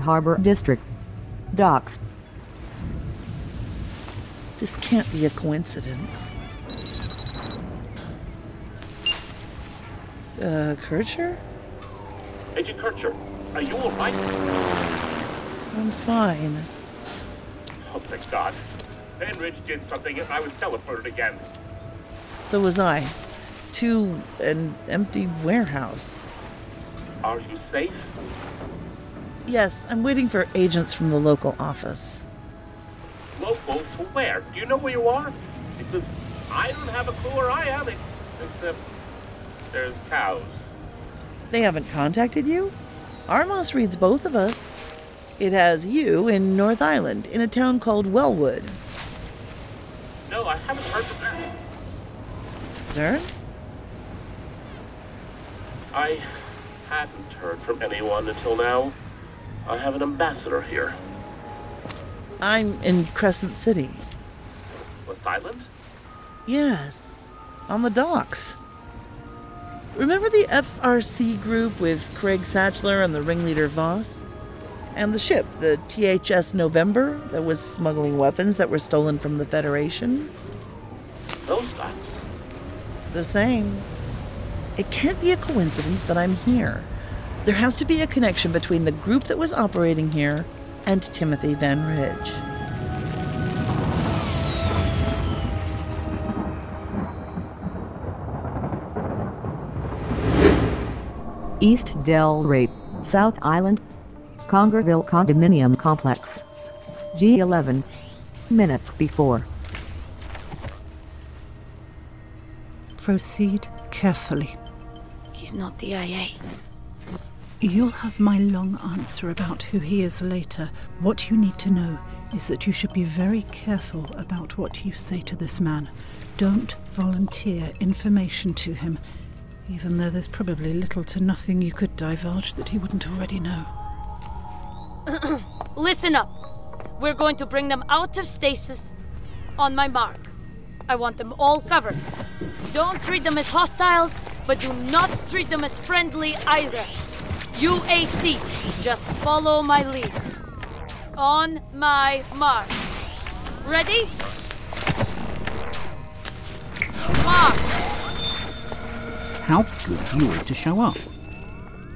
Harbor District, Docks. This can't be a coincidence. Uh, Kircher? Agent Kircher, are you alright? I'm fine. Oh, thank God. Van Ridge did something and I was teleported again. So was I. To an empty warehouse. Are you safe? Yes, I'm waiting for agents from the local office. Local to where? Do you know where you are? He says, I don't have a clue where I am, ex- except there's cows. They haven't contacted you? Armos reads both of us. It has you in North Island, in a town called Wellwood. No, I haven't heard from them. Zern? I hadn't heard from anyone until now. I have an ambassador here. I'm in Crescent City. West Island? Yes, on the docks. Remember the FRC group with Craig Satchler and the ringleader Voss? And the ship, the THS November, that was smuggling weapons that were stolen from the Federation? Those guys. The same. It can't be a coincidence that I'm here. There has to be a connection between the group that was operating here and Timothy Van Ridge. East Delray, South Island, Congerville Condominium Complex. G11. Minutes before. Proceed carefully. He's not the IA. You'll have my long answer about who he is later. What you need to know is that you should be very careful about what you say to this man. Don't volunteer information to him, even though there's probably little to nothing you could divulge that he wouldn't already know. [coughs] Listen up. We're going to bring them out of stasis on my mark. I want them all covered. Don't treat them as hostiles, but do not treat them as friendly either. UAC. Just follow my lead. On my mark. Ready? Mark. How good you were to show up.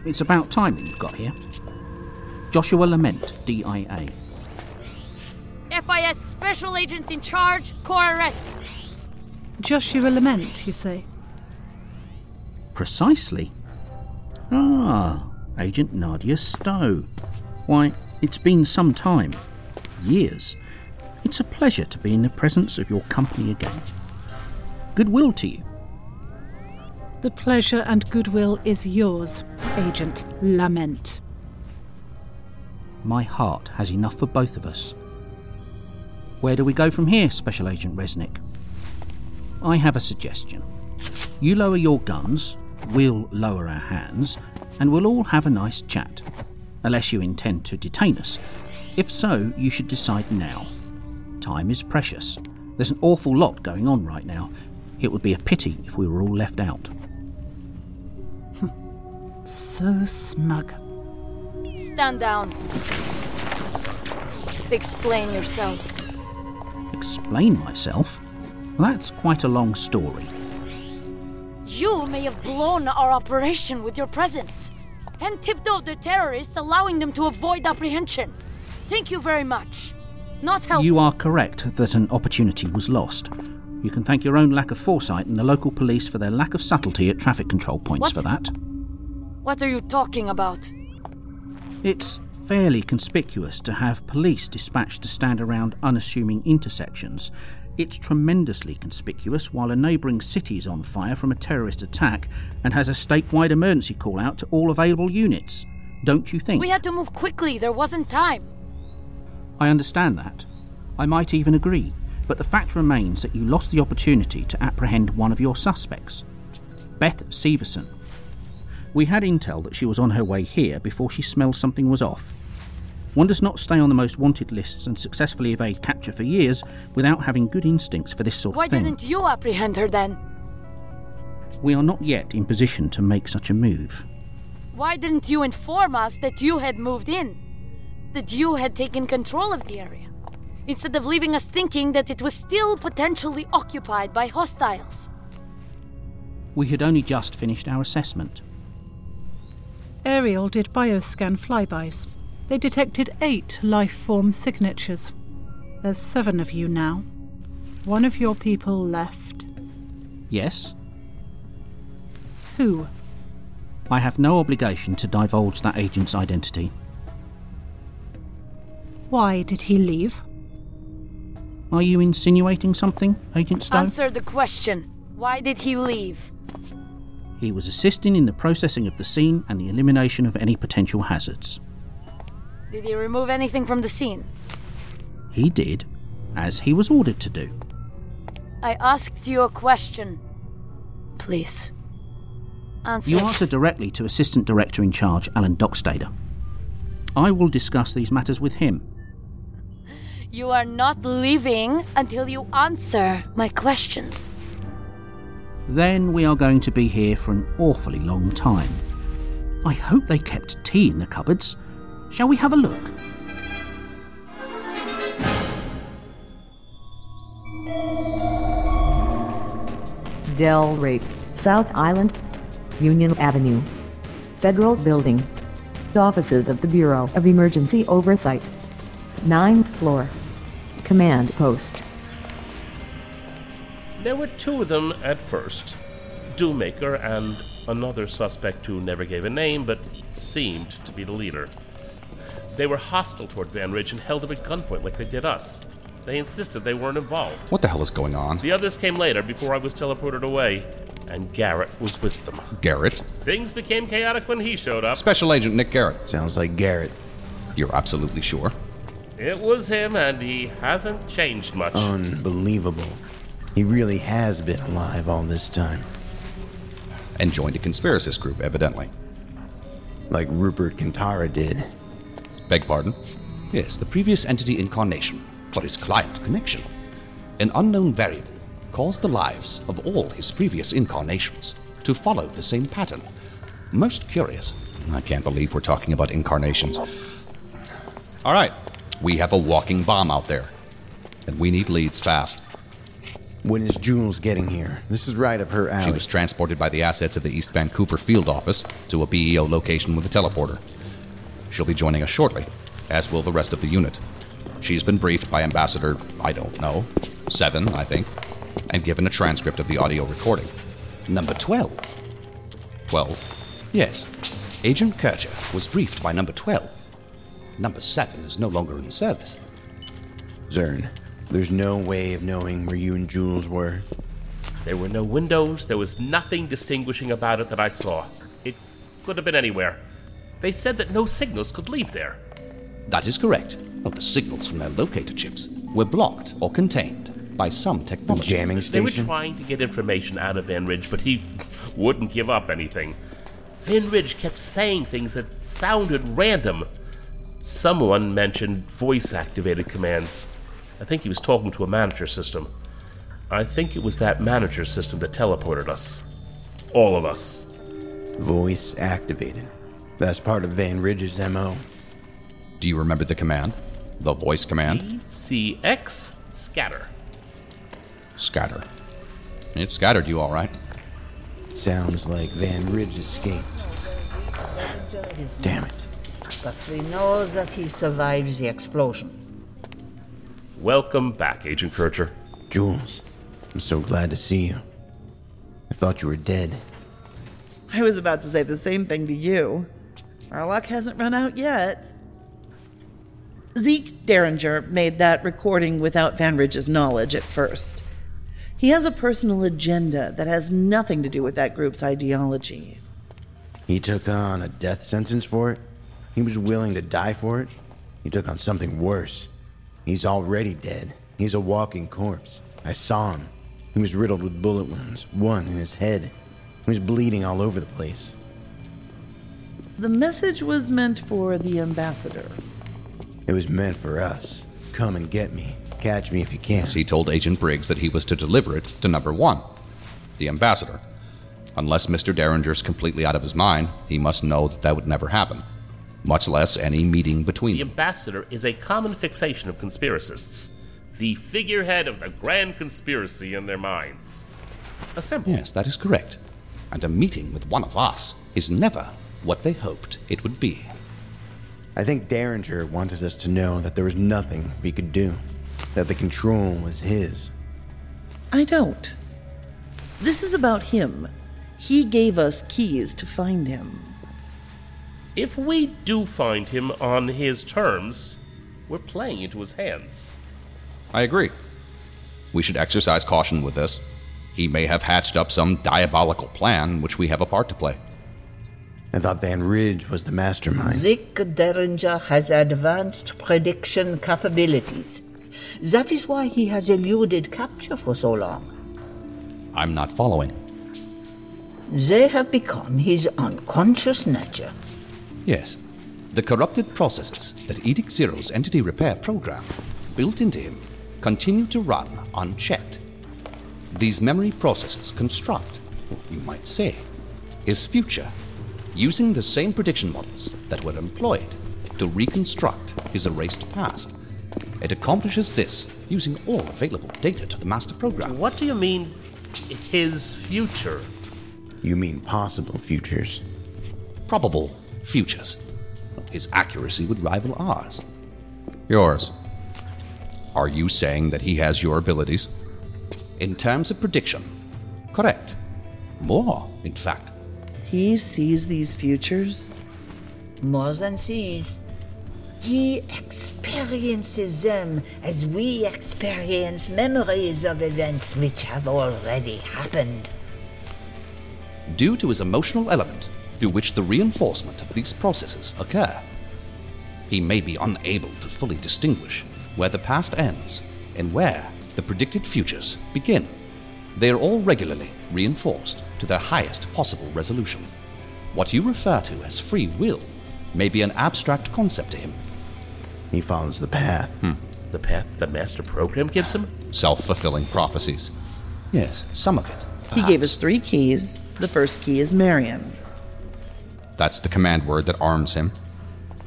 It's about time that you got here. Joshua Lament, DIA. FIS Special Agent in Charge, core arrest. Joshua Lament, you say? Precisely. Ah, Agent Nadia Stowe. Why, it's been some time. Years. It's a pleasure to be in the presence of your company again. Goodwill to you. The pleasure and goodwill is yours, Agent Lament. My heart has enough for both of us. Where do we go from here, Special Agent Resnick? I have a suggestion. You lower your guns, we'll lower our hands, and we'll all have a nice chat. Unless you intend to detain us. If so, you should decide now. Time is precious. There's an awful lot going on right now. It would be a pity if we were all left out. So smug. Stand down. Explain yourself. Explain myself? That's quite a long story. You may have blown our operation with your presence and tipped off the terrorists, allowing them to avoid apprehension. Thank you very much. Not helpful. You are correct that an opportunity was lost. You can thank your own lack of foresight and the local police for their lack of subtlety at traffic control points What? for that. What are you talking about? It's fairly conspicuous to have police dispatched to stand around unassuming intersections. It's tremendously conspicuous while a neighbouring city is on fire from a terrorist attack and has a statewide emergency call out to all available units. Don't you think? We had to move quickly. There wasn't time. I understand that. I might even agree. But the fact remains that you lost the opportunity to apprehend one of your suspects, Beth Severson. We had intel that she was on her way here before she smelled something was off. One does not stay on the most wanted lists and successfully evade capture for years without having good instincts for this sort Why of thing. didn't you apprehend her then? We are not yet in position to make such a move. Why didn't you inform us that you had moved in? That you had taken control of the area? Instead of leaving us thinking that it was still potentially occupied by hostiles. We had only just finished our assessment. Ariel did bioscan flybys. They detected eight life form signatures. There's seven of you now. One of your people left. Yes, Who? I have no obligation to divulge that agent's identity. Why did he leave? Are you insinuating something, Agent Stowe? Answer the question. Why did he leave? He was assisting in the processing of the scene and the elimination of any potential hazards. Did he remove anything from the scene? He did, as he was ordered to do. I asked you a question. Please. Answer. You answer directly to Assistant Director in Charge, Alan Dockstader. I will discuss these matters with him. You are not leaving until you answer my questions. Then we are going to be here for an awfully long time. I hope they kept tea in the cupboards. Shall we have a look? Del Rape. South Island, Union Avenue. Federal Building. Offices of the Bureau of Emergency Oversight. Ninth floor. Command Post. There were two of them at first Doommaker and another suspect who never gave a name but seemed to be the leader. They were hostile toward Van Ridge and held him at gunpoint like they did us. They insisted they weren't involved. What the hell is going on? The others came later before I was teleported away, and Garrett was with them. Garrett? Things became chaotic when he showed up. Special Agent Nick Garrett. Sounds like Garrett. You're absolutely sure? It was him, and he hasn't changed much. Oh. Unbelievable. He really has been alive all this time. And joined a conspiracist group, evidently. Like Rupert Cantara did. Beg pardon? Yes, the previous entity incarnation, for his client connection. An unknown variable caused the lives of all his previous incarnations to follow the same pattern, Most curious. I can't believe we're talking about incarnations. All right, we have a walking bomb out there, and we need leads fast. When is Jules getting here? This is right up her alley. She was transported by the assets of the East Vancouver field office to a BEO location with a teleporter. She'll be joining us shortly, as will the rest of the unit. She's been briefed by Ambassador, I don't know, Seven, I think, and given a transcript of the audio recording. Number 12. 12? Yes. Agent Kircher was briefed by number 12. Number 7 is no longer in service. Zern, there's no way of knowing where you and Jules were. There were no windows, there was nothing distinguishing about it that I saw. It could have been anywhere. They said that no signals could leave there. That is correct. But the signals from their locator chips were blocked or contained by some technology. Jamming They station. were trying to get information out of Van Ridge, but he wouldn't give up anything. Van Ridge kept saying things that sounded random. Someone mentioned voice activated commands. I think he was talking to a manager system. I think it was that manager system that teleported us. All of us. Voice activated. That's part of Van Ridge's MO. Do you remember the command? The voice command? CX scatter. Scatter. It scattered you all right. Sounds like Van Ridge escaped. Damn it. But we know that he survives the explosion. Welcome back, Agent Kircher. Jules, I'm so glad to see you. I thought you were dead. I was about to say the same thing to you. Our luck hasn't run out yet. Zeke Derringer made that recording without Van Ridge's knowledge at first. He has a personal agenda that has nothing to do with that group's ideology. He took on a death sentence for it. He was willing to die for it. He took on something worse. He's already dead. He's a walking corpse. I saw him. He was riddled with bullet wounds, one in his head. He was bleeding all over the place. The message was meant for the ambassador. It was meant for us. Come and get me. Catch me if you can. As he told Agent Briggs that he was to deliver it to number one, the ambassador. Unless Mr. Derringer's completely out of his mind, he must know that that would never happen, much less any meeting between The them. ambassador is a common fixation of conspiracists, the figurehead of the grand conspiracy in their minds. A symbol. Yes, that is correct. And a meeting with one of us is never what they hoped it would be. I think Derringer wanted us to know that there was nothing we could do, that the control was his. I don't. This is about him. He gave us keys to find him. If we do find him on his terms, we're playing into his hands. I agree. We should exercise caution with this. He may have hatched up some diabolical plan in which we have a part to play. I thought Van Ridge was the mastermind. Zeke Derringer has advanced prediction capabilities. That is why he has eluded capture for so long. I'm not following. They have become his unconscious nature. Yes. The corrupted processes that Edict Zero's entity repair program built into him continue to run unchecked. These memory processes construct, you might say, his future using the same prediction models that were employed to reconstruct his erased past. It accomplishes this using all available data to the master program. What do you mean, his future? You mean possible futures? Probable futures. His accuracy would rival ours. Yours. Are you saying that he has your abilities? In terms of prediction, correct. More, in fact. He sees these futures. More than sees. He experiences them as we experience memories of events which have already happened. due to his emotional element through which the reinforcement of these processes occur. He may be unable to fully distinguish where the past ends and where the predicted futures begin. They are all regularly reinforced to their highest possible resolution. What you refer to as free will may be an abstract concept to him. Hmm. He follows the path. The path the master program gives him? Self fulfilling prophecies. Yes, some of it. He gave us three keys. The first key is Marion. That's the command word that arms him.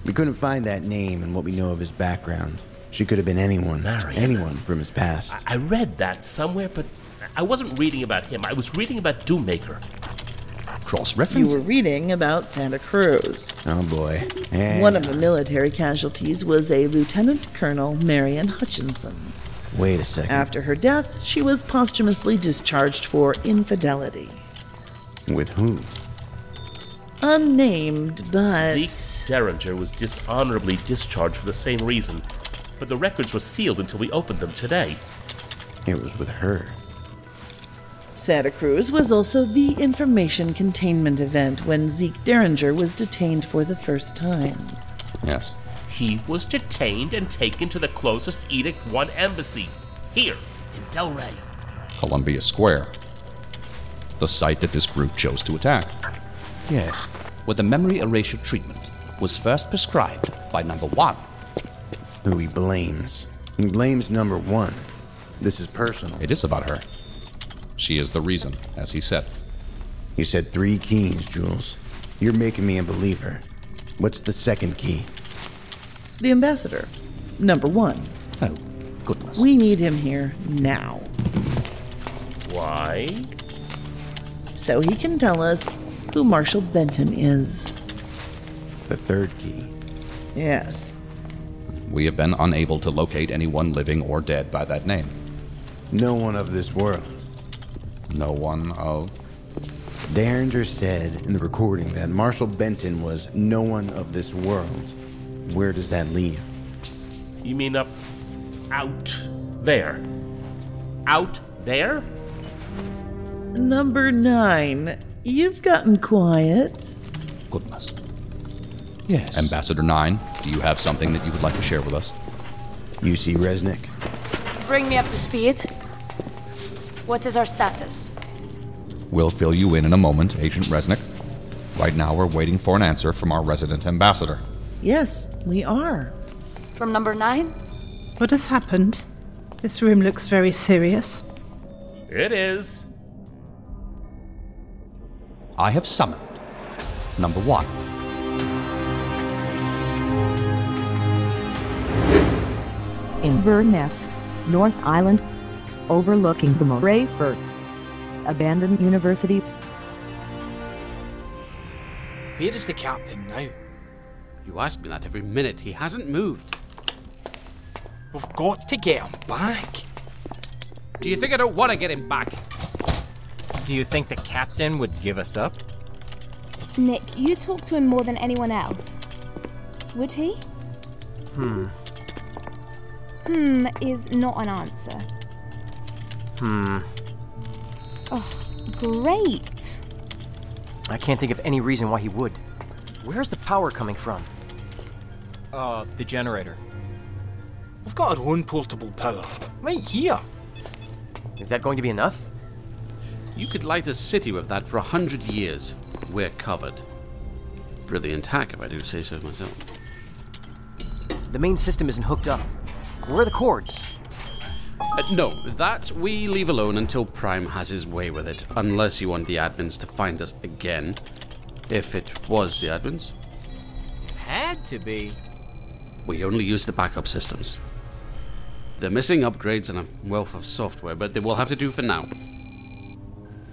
We couldn't find that name and what we know of his background. She could have been anyone. Anyone from his past. I read that somewhere, but I wasn't reading about him. I was reading about Doommaker. Cross You reference? were reading about Santa Cruz. Oh boy. One uh, of the military casualties was a Lieutenant Colonel Marion Hutchinson. Wait a second. After her death, she was posthumously discharged for infidelity. With who? Unnamed, but. Zeke Derringer was dishonorably discharged for the same reason, but the records were sealed until we opened them today. It was with her. Santa Cruz was also the information containment event when Zeke Derringer was detained for the first time. Yes. He was detained and taken to the closest Edict 1 embassy, here in Delray. Columbia Square. The site that this group chose to attack. Yes. Where the memory erasure treatment was first prescribed by number one. Who he blames. He blames number one. This is personal. It is about her. She is the reason, as he said. You said three keys, Jules. You're making me a believer. What's the second key? The ambassador, number one. Oh, goodness. We need him here now, Why? so he can tell us who Marshall Benton is. The third key. Yes. We have been unable to locate anyone living or dead by that name. No one of this world. No one of. Derringer said in the recording that Marshall Benton was no one of this world. Where does that leave? You mean up out there? Out there? Number nine. You've gotten quiet. Goodness. Yes. Ambassador 9, do you have something that you would like to share with us? You see Resnick. Bring me up to speed. What is our status? We'll fill you in in a moment, Agent Resnick. Right now, we're waiting for an answer from our resident ambassador. Yes, we are. From number nine? What has happened? This room looks very serious. It is. I have summoned number one. Inverness, North Island, overlooking the Moray Firth. Abandoned University. Where is the captain now? You ask me that every minute. He hasn't moved. We've got to get him back. Do you think I don't want to get him back? Do you think the captain would give us up? Nick, you talk to him more than anyone else. Would he? Hmm. Hmm is not an answer. Hmm. Oh, great. I can't think of any reason why he would. Where's the power coming from? Uh, the generator. We've got our own portable power. Right here. Is that going to be enough? You could light a city with that for a hundred years. We're covered. Brilliant hack, if I do say so myself. The main system isn't hooked up. Where are the cords? Uh, no, that we leave alone until Prime has his way with it, unless you want the admins to find us again. If it was the admins, Had to be. we only use the backup systems. They're missing upgrades and a wealth of software, but they will have to do for now.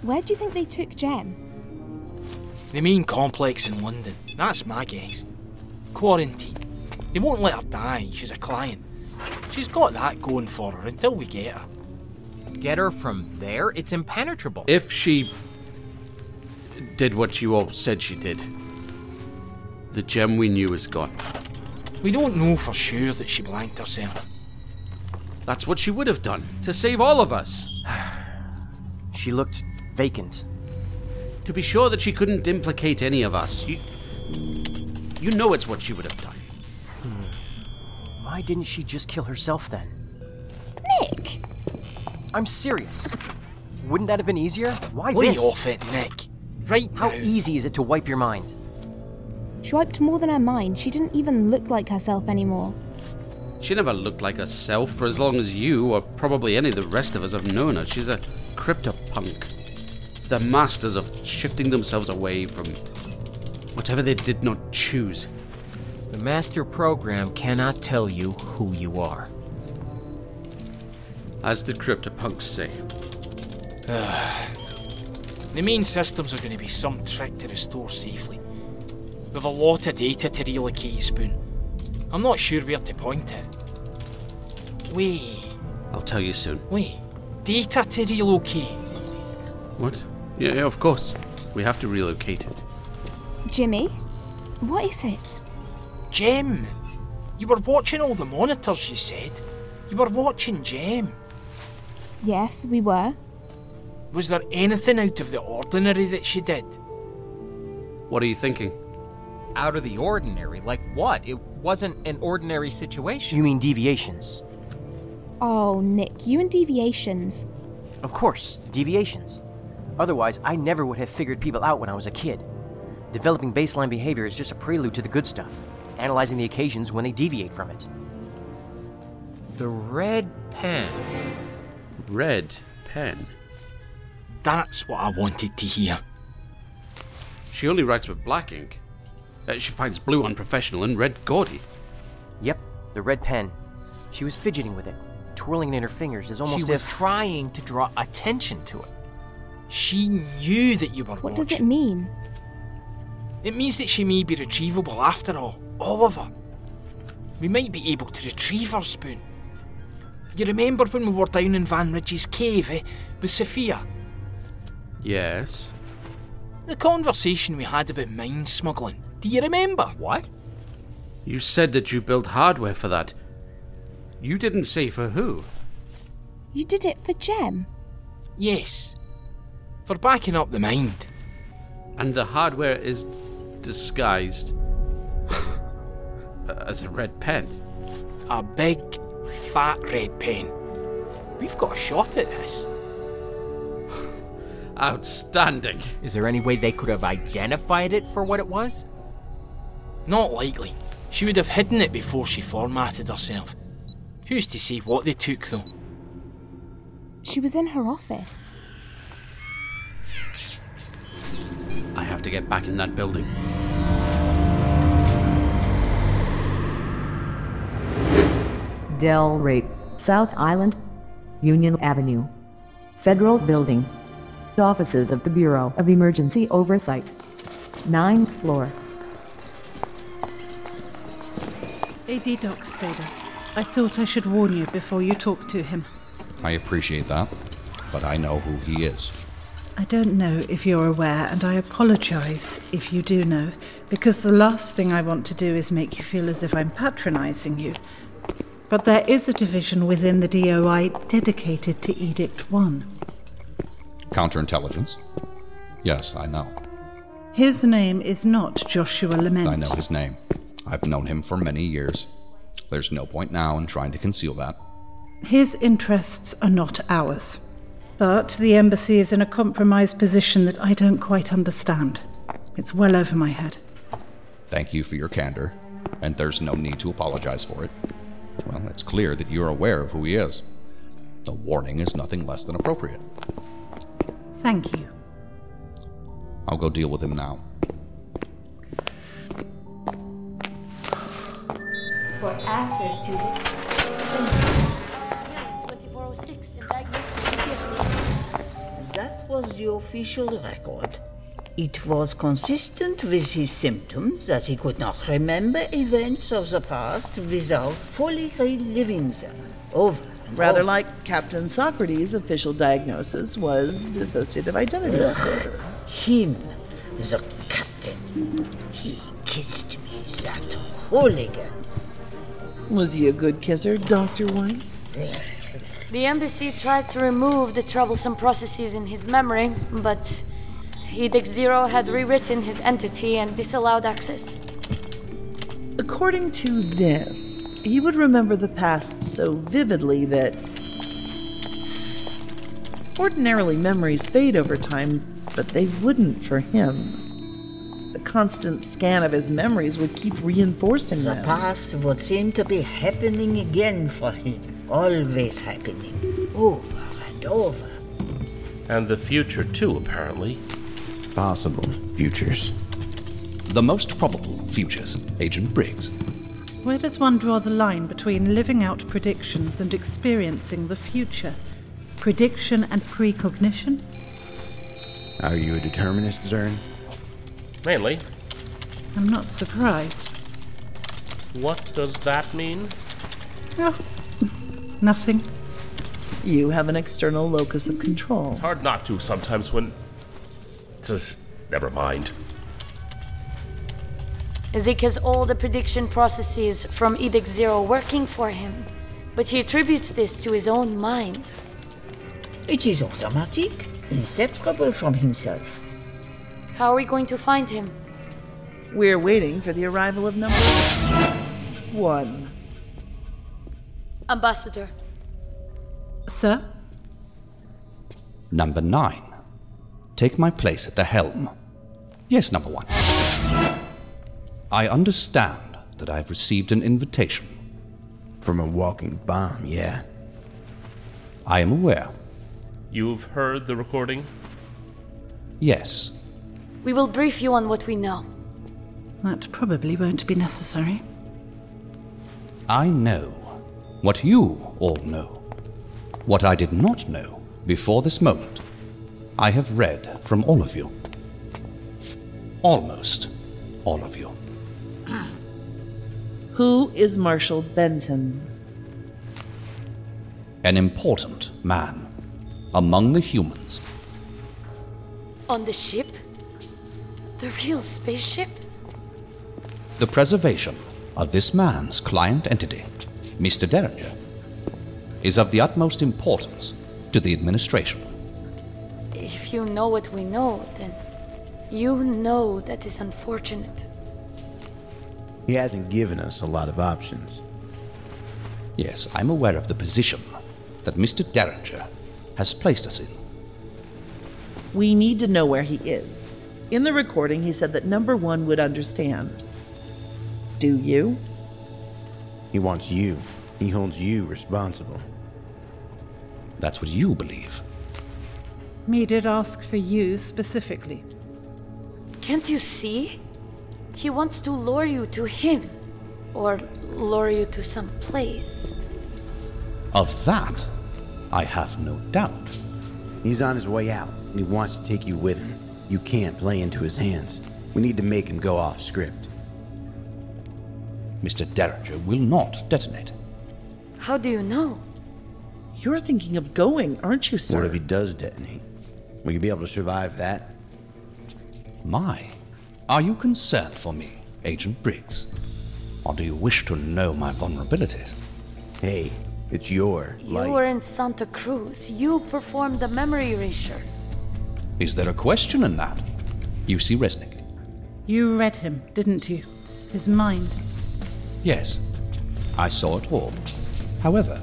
Where do you think they took Jem? The main complex in London. That's my guess. Quarantine. They won't let her die. She's a client. She's got that going for her until we get her. Get her from there? It's impenetrable. If she did what you all said she did, the gem we knew is gone. We don't know for sure that she blanked herself. That's what she would have done to save all of us. [sighs] she looked vacant. To be sure that she couldn't implicate any of us. You, you know it's what she would have done. Why didn't she just kill herself then? Nick! I'm serious. Wouldn't that have been easier? Why Lay this? off it, Nick. Right How easy is it to wipe your mind? She wiped more than her mind. She didn't even look like herself anymore. She never looked like herself for as long as you, or probably any of the rest of us, have known her. She's a cryptopunk. They're masters of shifting themselves away from Whatever they did not choose. The master program cannot tell you who you are. As the CryptoPunks say. [sighs] The main systems are going to be some trick to restore safely. We've a lot of data to relocate, Spoon. I'm not sure where to point it. Wait, I'll tell you soon. wait. Data to relocate? What? Yeah, yeah, of course. We have to relocate it. Jimmy, what is it? Jem! You were watching all the monitors, you said. You were watching Jem. Yes, we were. Was there anything out of the ordinary that she did? What are you thinking? Out of the ordinary? Like what? It wasn't an ordinary situation. You mean deviations? Oh, Nick, you and deviations. Of course, deviations. Otherwise, I never would have figured people out when I was a kid. Developing baseline behavior is just a prelude to the good stuff, analyzing the occasions when they deviate from it. The red pen. Red pen. That's what I wanted to hear. She only writes with black ink. Uh, she finds blue unprofessional and red gaudy. Yep, the red pen. She was fidgeting with it, twirling it in her fingers as almost she was if. trying to draw attention to it. She knew that you were What watching. does it mean? It means that she may be retrievable after all. Oliver. We might be able to retrieve her spoon. You remember when we were down in Van Ridge's cave, eh? With Sophia? Yes. The conversation we had about mine smuggling. Do you remember? What? You said that you built hardware for that. You didn't say for who. You did it for Jem. Yes. For backing up the mind. And the hardware is disguised [laughs] as a red pen. A big, fat red pen. We've got a shot at this. Outstanding. Is there any way they could have identified it for what it was? Not likely. She would have hidden it before she formatted herself. Who's to say what they took, though? She was in her office. I have to get back in that building. Del Rape, South Island, Union Avenue. Federal Building. Offices of the Bureau of Emergency Oversight. Ninth floor. AD Doc Stader, I thought I should warn you before you talk to him. I appreciate that, but I know who he is. I don't know if you're aware, and I apologise if you do know, because the last thing I want to do is make you feel as if I'm patronising you. But there is a division within the DOI dedicated to Edict 1. Counterintelligence? Yes, I know. His name is not Joshua Lament. I know his name. I've known him for many years. There's no point now in trying to conceal that. His interests are not ours. But the embassy is in a compromised position that I don't quite understand. It's well over my head. Thank you for your candor, and there's no need to apologize for it. Well, it's clear that you're aware of who he is. The warning is nothing less than appropriate. Thank you. I'll go deal with him now. For access to That was the official record. It was consistent with his symptoms that he could not remember events of the past without fully reliving them. Over and Rather over. like Captain Socrates' official diagnosis was dissociative identity disorder. Him, the captain. He kissed me, that hooligan. Was he a good kisser, Dr. White? The embassy tried to remove the troublesome processes in his memory, but Edict Zero had rewritten his entity and disallowed access. According to this, he would remember the past so vividly that. Ordinarily, memories fade over time, but they wouldn't for him. The constant scan of his memories would keep reinforcing The them. past would seem to be happening again for him. Always happening. Over and over. And the future, too, apparently. Possible futures. The most probable futures, Agent Briggs. Where does one draw the line between living out predictions and experiencing the future? Prediction and precognition? Are you a determinist, Zern? Mainly. I'm not surprised. What does that mean? Oh, nothing. You have an external locus of control. It's hard not to sometimes when. Just never mind. Zeke has all the prediction processes from Edict Zero working for him, but he attributes this to his own mind. It is automatic, inseparable from himself. How are we going to find him? We're waiting for the arrival of number one. Ambassador. Sir? Number nine. Take my place at the helm. Yes, number one. I understand that I've received an invitation. From a walking bomb, yeah. I am aware. You've heard the recording? Yes. We will brief you on what we know. That probably won't be necessary. I know what you all know. What I did not know before this moment, I have read from all of you. Almost all of you. Who is Marshall Benton? An important man among the humans. On the ship? The real spaceship? The preservation of this man's client entity, Mr. Derringer, is of the utmost importance to the administration. If you know what we know, then you know that is unfortunate. He hasn't given us a lot of options. Yes, I'm aware of the position that Mr. Derringer has placed us in. We need to know where he is. In the recording, he said that number one would understand. Do you? He wants you. He holds you responsible. That's what you believe. Me did ask for you specifically. Can't you see? He wants to lure you to him, or lure you to some place. Of that, I have no doubt. He's on his way out, and he wants to take you with him. You can't play into his hands. We need to make him go off script. Mr. Derringer will not detonate. How do you know? You're thinking of going, aren't you, sir? What if he does detonate? Will you be able to survive that? My, are you concerned for me, Agent Briggs? Or do you wish to know my vulnerabilities? Hey, it's your You life. were in Santa Cruz. You performed the memory erasure. Is there a question in that? You see Resnick? You read him, didn't you? His mind. Yes, I saw it all. However,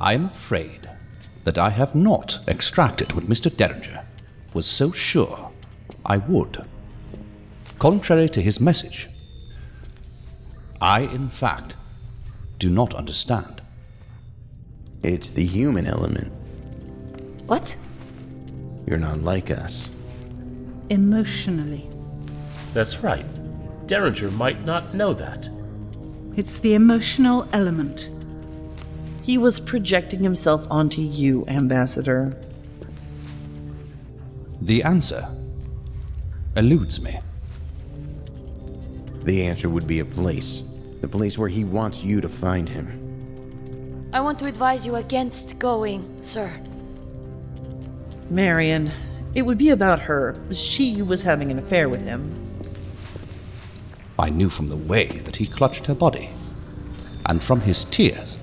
I am afraid that I have not extracted what Mr. Derringer was so sure I would. Contrary to his message, I, in fact, do not understand. It's the human element. What? You're not like us. Emotionally. That's right. Derringer might not know that. It's the emotional element. He was projecting himself onto you, Ambassador. The answer eludes me. The answer would be a place. The place where he wants you to find him. I want to advise you against going, sir. Marion, it would be about her. She was having an affair with him. I knew from the way that he clutched her body, and from his tears.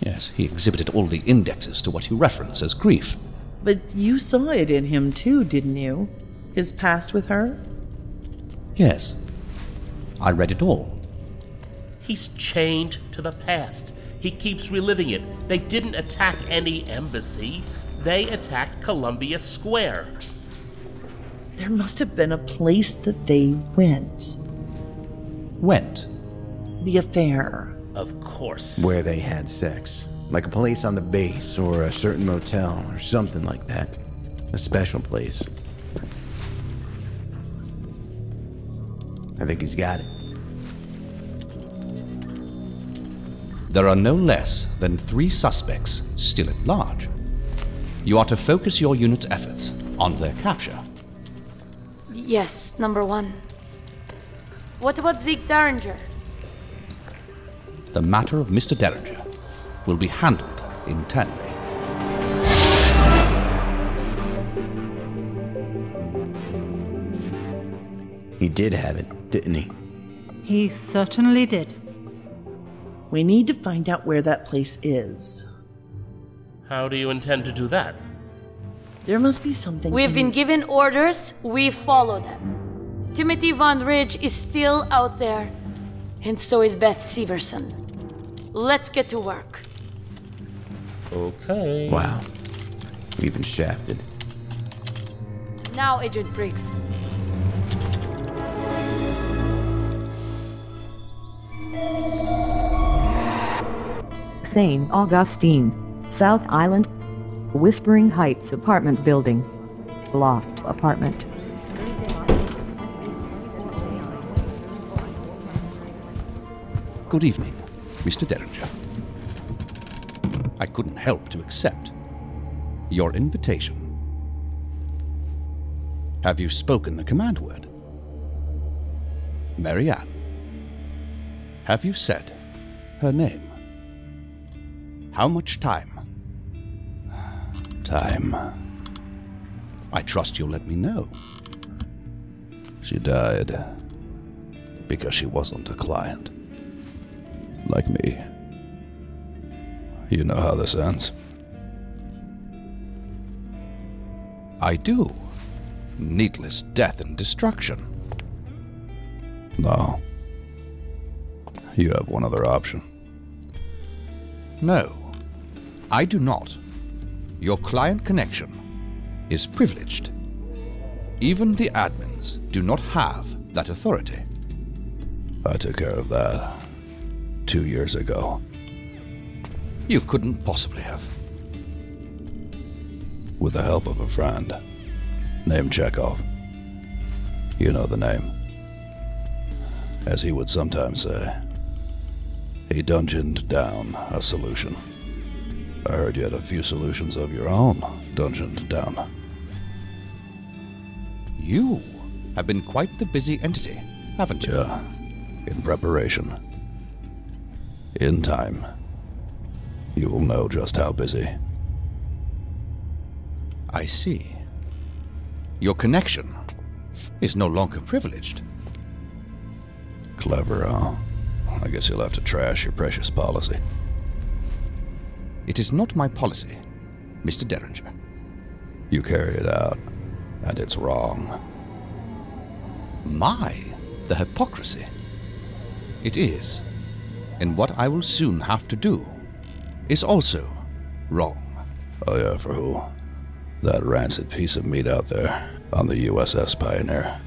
Yes, he exhibited all the indexes to what you reference as grief. But you saw it in him too, didn't you? His past with her? Yes, I read it all. He's chained to the past. He keeps reliving it. They didn't attack any embassy, they attacked Columbia Square. There must have been a place that they went. Went? The affair. Of course. Where they had sex. Like a place on the base, or a certain motel, or something like that. A special place. I think he's got it. There are no less than three suspects still at large. You are to focus your unit's efforts on their capture. Yes, number one. What about Zeke Derringer? The matter of Mr. Derringer will be handled internally. He did have it, didn't he? He certainly did. We need to find out where that place is. How do you intend to do that? There must be something. We've in- been given orders, we follow them. Timothy Von Ridge is still out there, and so is Beth Severson. Let's get to work. Okay. Wow. We've been shafted. Now, Agent Briggs. St. Augustine, South Island, Whispering Heights apartment building, loft apartment. Good evening, Mr. Derringer. I couldn't help to accept your invitation. Have you spoken the command word? Marianne, have you said her name? How much time? [sighs] Time. I trust you'll let me know. She died because she wasn't a client. Like me. You know how this ends. I do. Needless death and destruction. No. You have one other option. No, I do not. Your client connection is privileged. Even the admins do not have that authority. I took care of that two years ago. You couldn't possibly have. With the help of a friend named Chekhov. You know the name. As he would sometimes say, he dungeoned down a solution. I heard you had a few solutions of your own dungeoned down. You have been quite the busy entity, haven't you? Yeah. In preparation. In time, you will know just how busy. I see. Your connection is no longer privileged. Clever, huh? I guess you'll have to trash your precious policy. It is not my policy, Mr. Derringer. You carry it out, and it's wrong. My, the hypocrisy. It is, and what I will soon have to do, is also wrong. Oh, yeah, for who? That rancid piece of meat out there on the USS Pioneer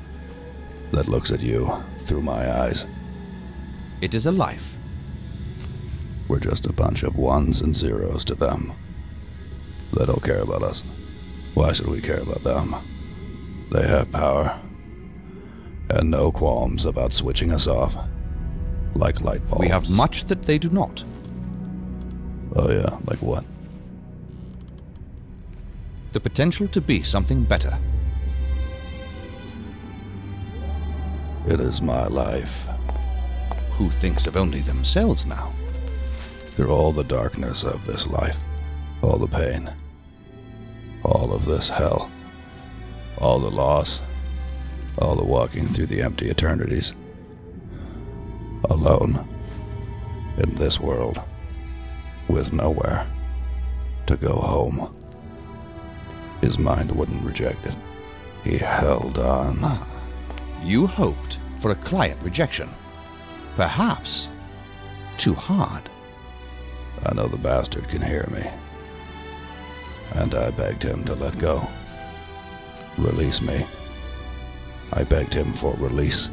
that looks at you through my eyes. It is a life. We're just a bunch of ones and zeros to them. They don't care about us. Why should we care about them? They have power. And no qualms about switching us off. Like light bulbs. We have much that they do not. Oh, yeah, like what? The potential to be something better. It is my life. Who thinks of only themselves now? Through all the darkness of this life, all the pain, all of this hell, all the loss, all the walking through the empty eternities, alone, in this world, with nowhere to go home. His mind wouldn't reject it. He held on. You hoped for a client rejection. Perhaps too hard. I know the bastard can hear me. And I begged him to let go. Release me. I begged him for release.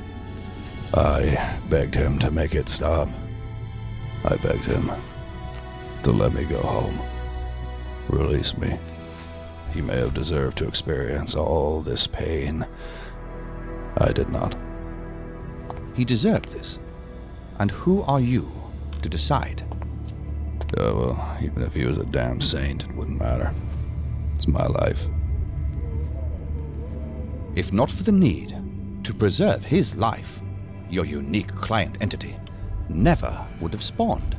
I begged him to make it stop. I begged him to let me go home. Release me. He may have deserved to experience all this pain. I did not. He deserved this. And who are you to decide? Oh, well, even if he was a damn saint, it wouldn't matter. It's my life. If not for the need to preserve his life, your unique client entity never would have spawned.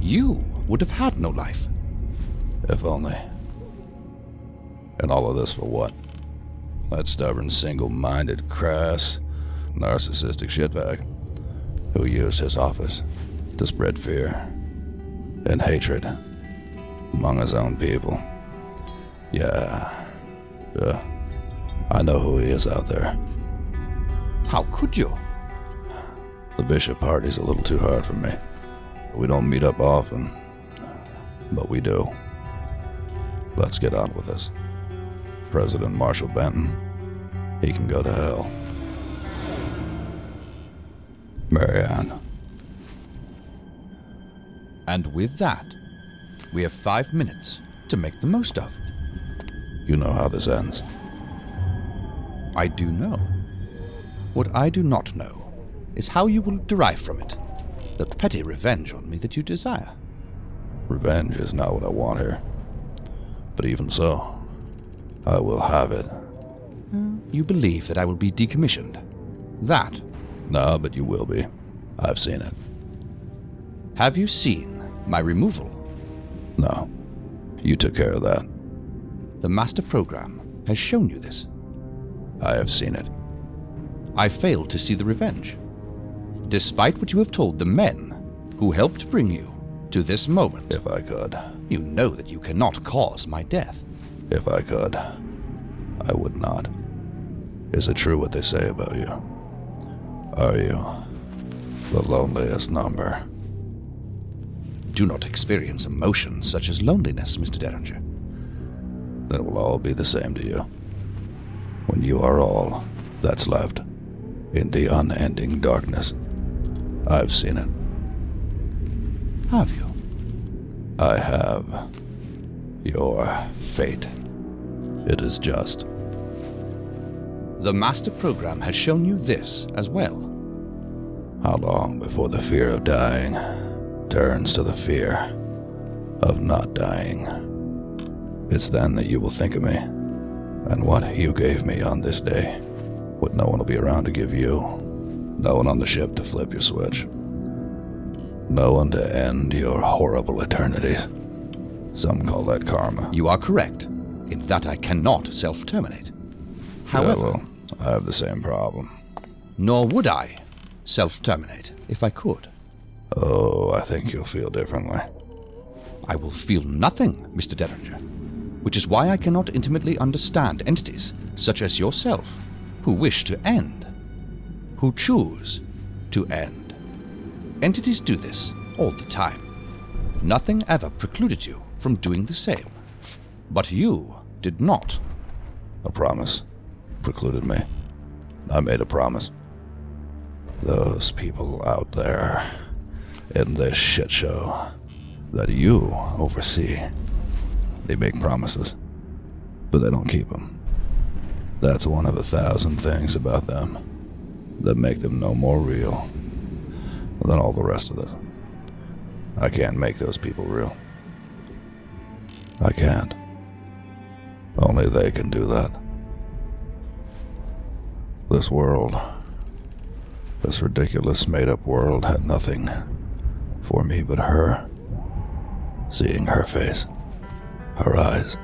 You would have had no life. If only. And all of this for what? That stubborn, single minded, crass, narcissistic shitbag who used his office to spread fear and hatred among his own people. Yeah. Yeah. I know who he is out there. How could you? The bishop party's a little too hard for me. We don't meet up often, but we do. Let's get on with this. President Marshall Benton, he can go to hell. Marianne. And with that, we have five minutes to make the most of. You know how this ends. I do know. What I do not know is how you will derive from it the petty revenge on me that you desire. Revenge is not what I want here. But even so, I will have it. You believe that I will be decommissioned. That. No, but you will be. I've seen it. Have you seen my removal? No. You took care of that. The master program has shown you this. I have seen it. I failed to see the revenge. Despite what you have told the men who helped bring you to this moment. If I could. You know that you cannot cause my death. If I could, I would not. Is it true what they say about you? Are you the loneliest number? Do not experience emotions such as loneliness, Mr. Derringer. Then it will all be the same to you. When you are all that's left in the unending darkness. I've seen it. Have you? I have. Your fate. It is just. The master program has shown you this as well. How long before the fear of dying turns to the fear of not dying? It's then that you will think of me, and what you gave me on this day, what no one will be around to give you, no one on the ship to flip your switch, no one to end your horrible eternities. Some call that karma. You are correct, in that I cannot self terminate. However, yeah, well, I have the same problem. Nor would I self terminate if I could. Oh, I think you'll feel differently. I will feel nothing, Mr. Derringer, which is why I cannot intimately understand entities such as yourself who wish to end, who choose to end. Entities do this all the time. Nothing ever precluded you from doing the same. But you did not. A promise precluded me. I made a promise. Those people out there in this shit show that you oversee, they make promises, but they don't keep them. That's one of a thousand things about them that make them no more real than all the rest of this. I can't make those people real. I can't. Only they can do that. This world, this ridiculous made up world, had nothing for me but her. Seeing her face, her eyes,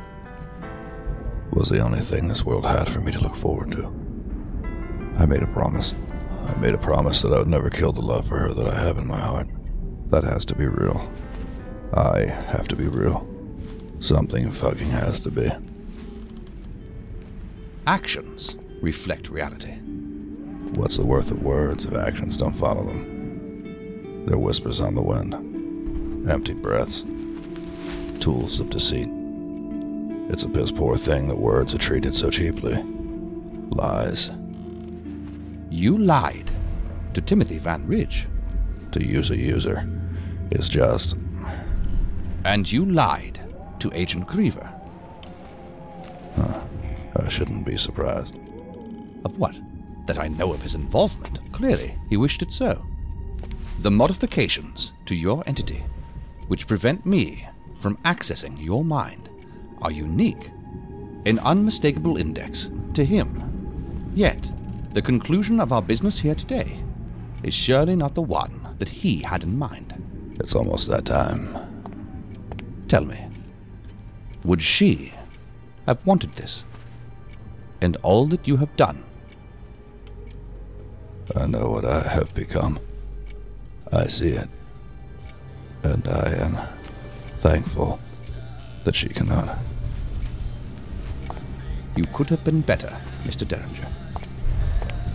was the only thing this world had for me to look forward to. I made a promise. I made a promise that I would never kill the love for her that I have in my heart. That has to be real. I have to be real. Something fucking has to be. Actions reflect reality. What's the worth of words if actions don't follow them? They're whispers on the wind, empty breaths, tools of deceit. It's a piss poor thing that words are treated so cheaply. Lies. You lied to Timothy Van Ridge to use a user is just. And you lied to Agent Griever. Huh. I shouldn't be surprised. Of what? that I know of his involvement. Clearly, he wished it so. The modifications to your entity, which prevent me from accessing your mind, are unique. An unmistakable index to him. Yet, the conclusion of our business here today is surely not the one that he had in mind. It's almost that time. Tell me, would she have wanted this? And all that you have done? I know what I have become. I see it. And I am thankful that she cannot. You could have been better, Mr. Derringer.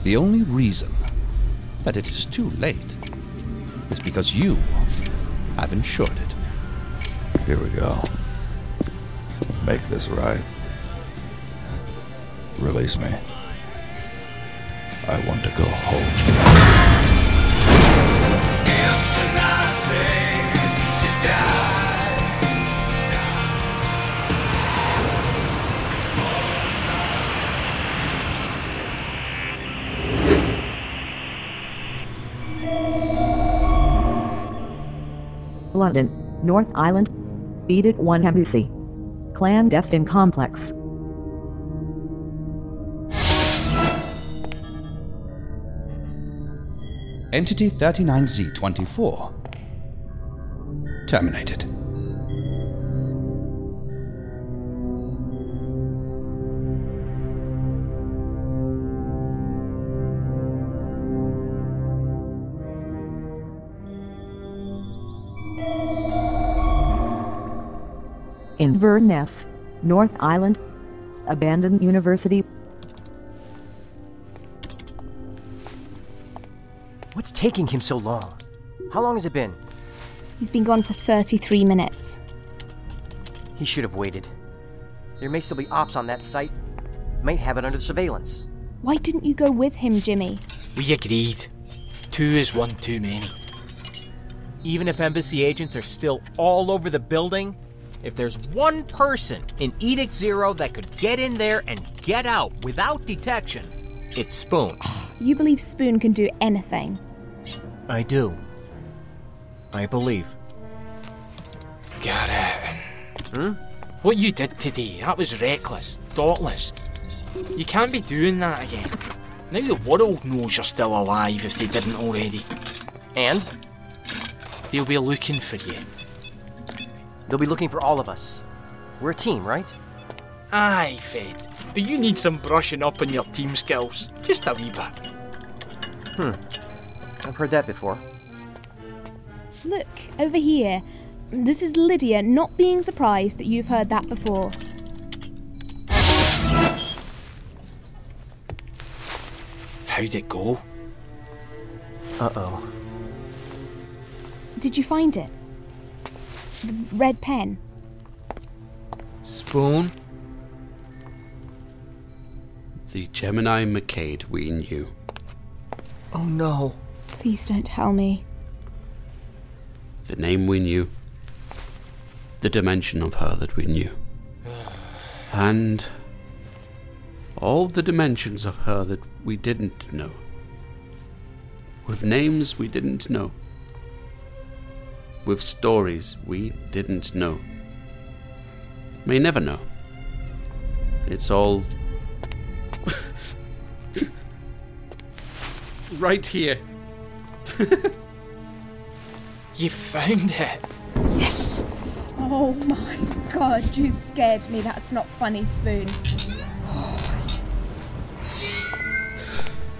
The only reason that it is too late is because you have ensured it. Here we go. Make this right. Release me. I want to go home. London, North Island, Beat It One Embassy, Clandestine Complex. Entity 39Z24. Terminated. Inverness, North Island, Abandoned University. What's taking him so long? How long has it been? He's been gone for 33 minutes. He should have waited. There may still be ops on that site. Might have it under surveillance. Why didn't you go with him, Jimmy? We agreed. Two is one too many. Even if embassy agents are still all over the building, if there's one person in Edict Zero that could get in there and get out without detection, it's Spoon. You believe Spoon can do anything? I do. I believe. Got it. Hmm? What you did today, that was reckless, thoughtless. You can't be doing that again. Now the world knows you're still alive if they didn't already. And? They'll be looking for you. They'll be looking for all of us. We're a team, right? Aye, Fed. But you need some brushing up on your team skills. Just a wee bit. Hmm. I've heard that before. Look, over here. This is Lydia not being surprised that you've heard that before. How'd it go? Uh oh. Did you find it? the red pen. Spoon? The Gemini McCade we knew. Oh no. Please don't tell me. The name we knew. The dimension of her that we knew. and all the dimensions of her that we didn't know. With names we didn't know with stories we didn't know. May never know. It's all. [laughs] right here. you found it! Yes! Oh my god, you scared me. That's not funny, Spoon. [sighs]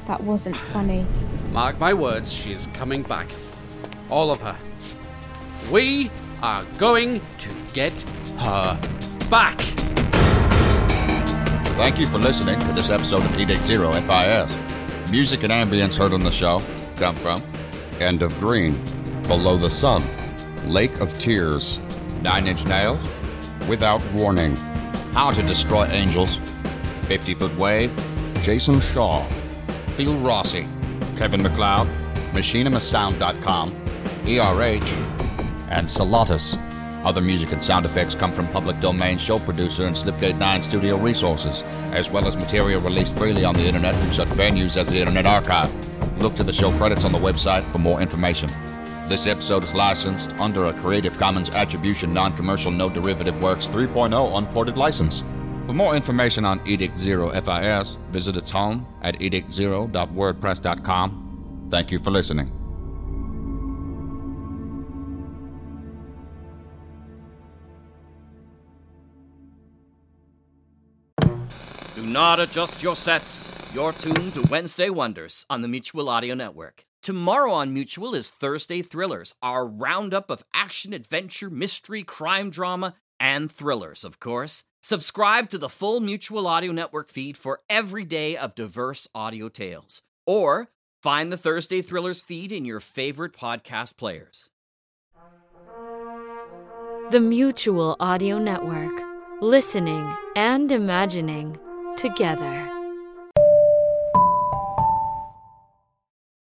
that wasn't funny. Mark my words, she's coming back. All of her. We are going to get her back. Thank you for listening to this episode of Edict Zero FIS. Music and ambience heard on the show come from End of Green, Below the Sun, Lake of Tears, Nine Inch Nails, Without Warning, How to Destroy Angels, 50 Foot Wave, Jason Shaw, Phil Rossi, Kevin McLeod, E MachinimaSound.com, ERH, and Salatus. Other music and sound effects come from Public Domain show producer and Slipgate 9 studio resources, as well as material released freely on the internet through such venues as the Internet Archive. Look to the show credits on the website for more information. This episode is licensed under a Creative Commons Attribution Non Commercial No Derivative Works 3.0 Unported License. For more information on Edict Zero FIS, visit its home at edictzero.wordpress.com. Thank you for listening. Do not adjust your sets. You're tuned to Wednesday Wonders on the Mutual Audio Network. Tomorrow on Mutual is Thursday Thrillers, our roundup of action, adventure, mystery, crime drama, and thrillers, of course. Subscribe to the full Mutual Audio Network feed for every day of diverse audio tales. Or find the Thursday Thrillers feed in your favorite podcast players. The Mutual Audio Network. Listening and imagining together.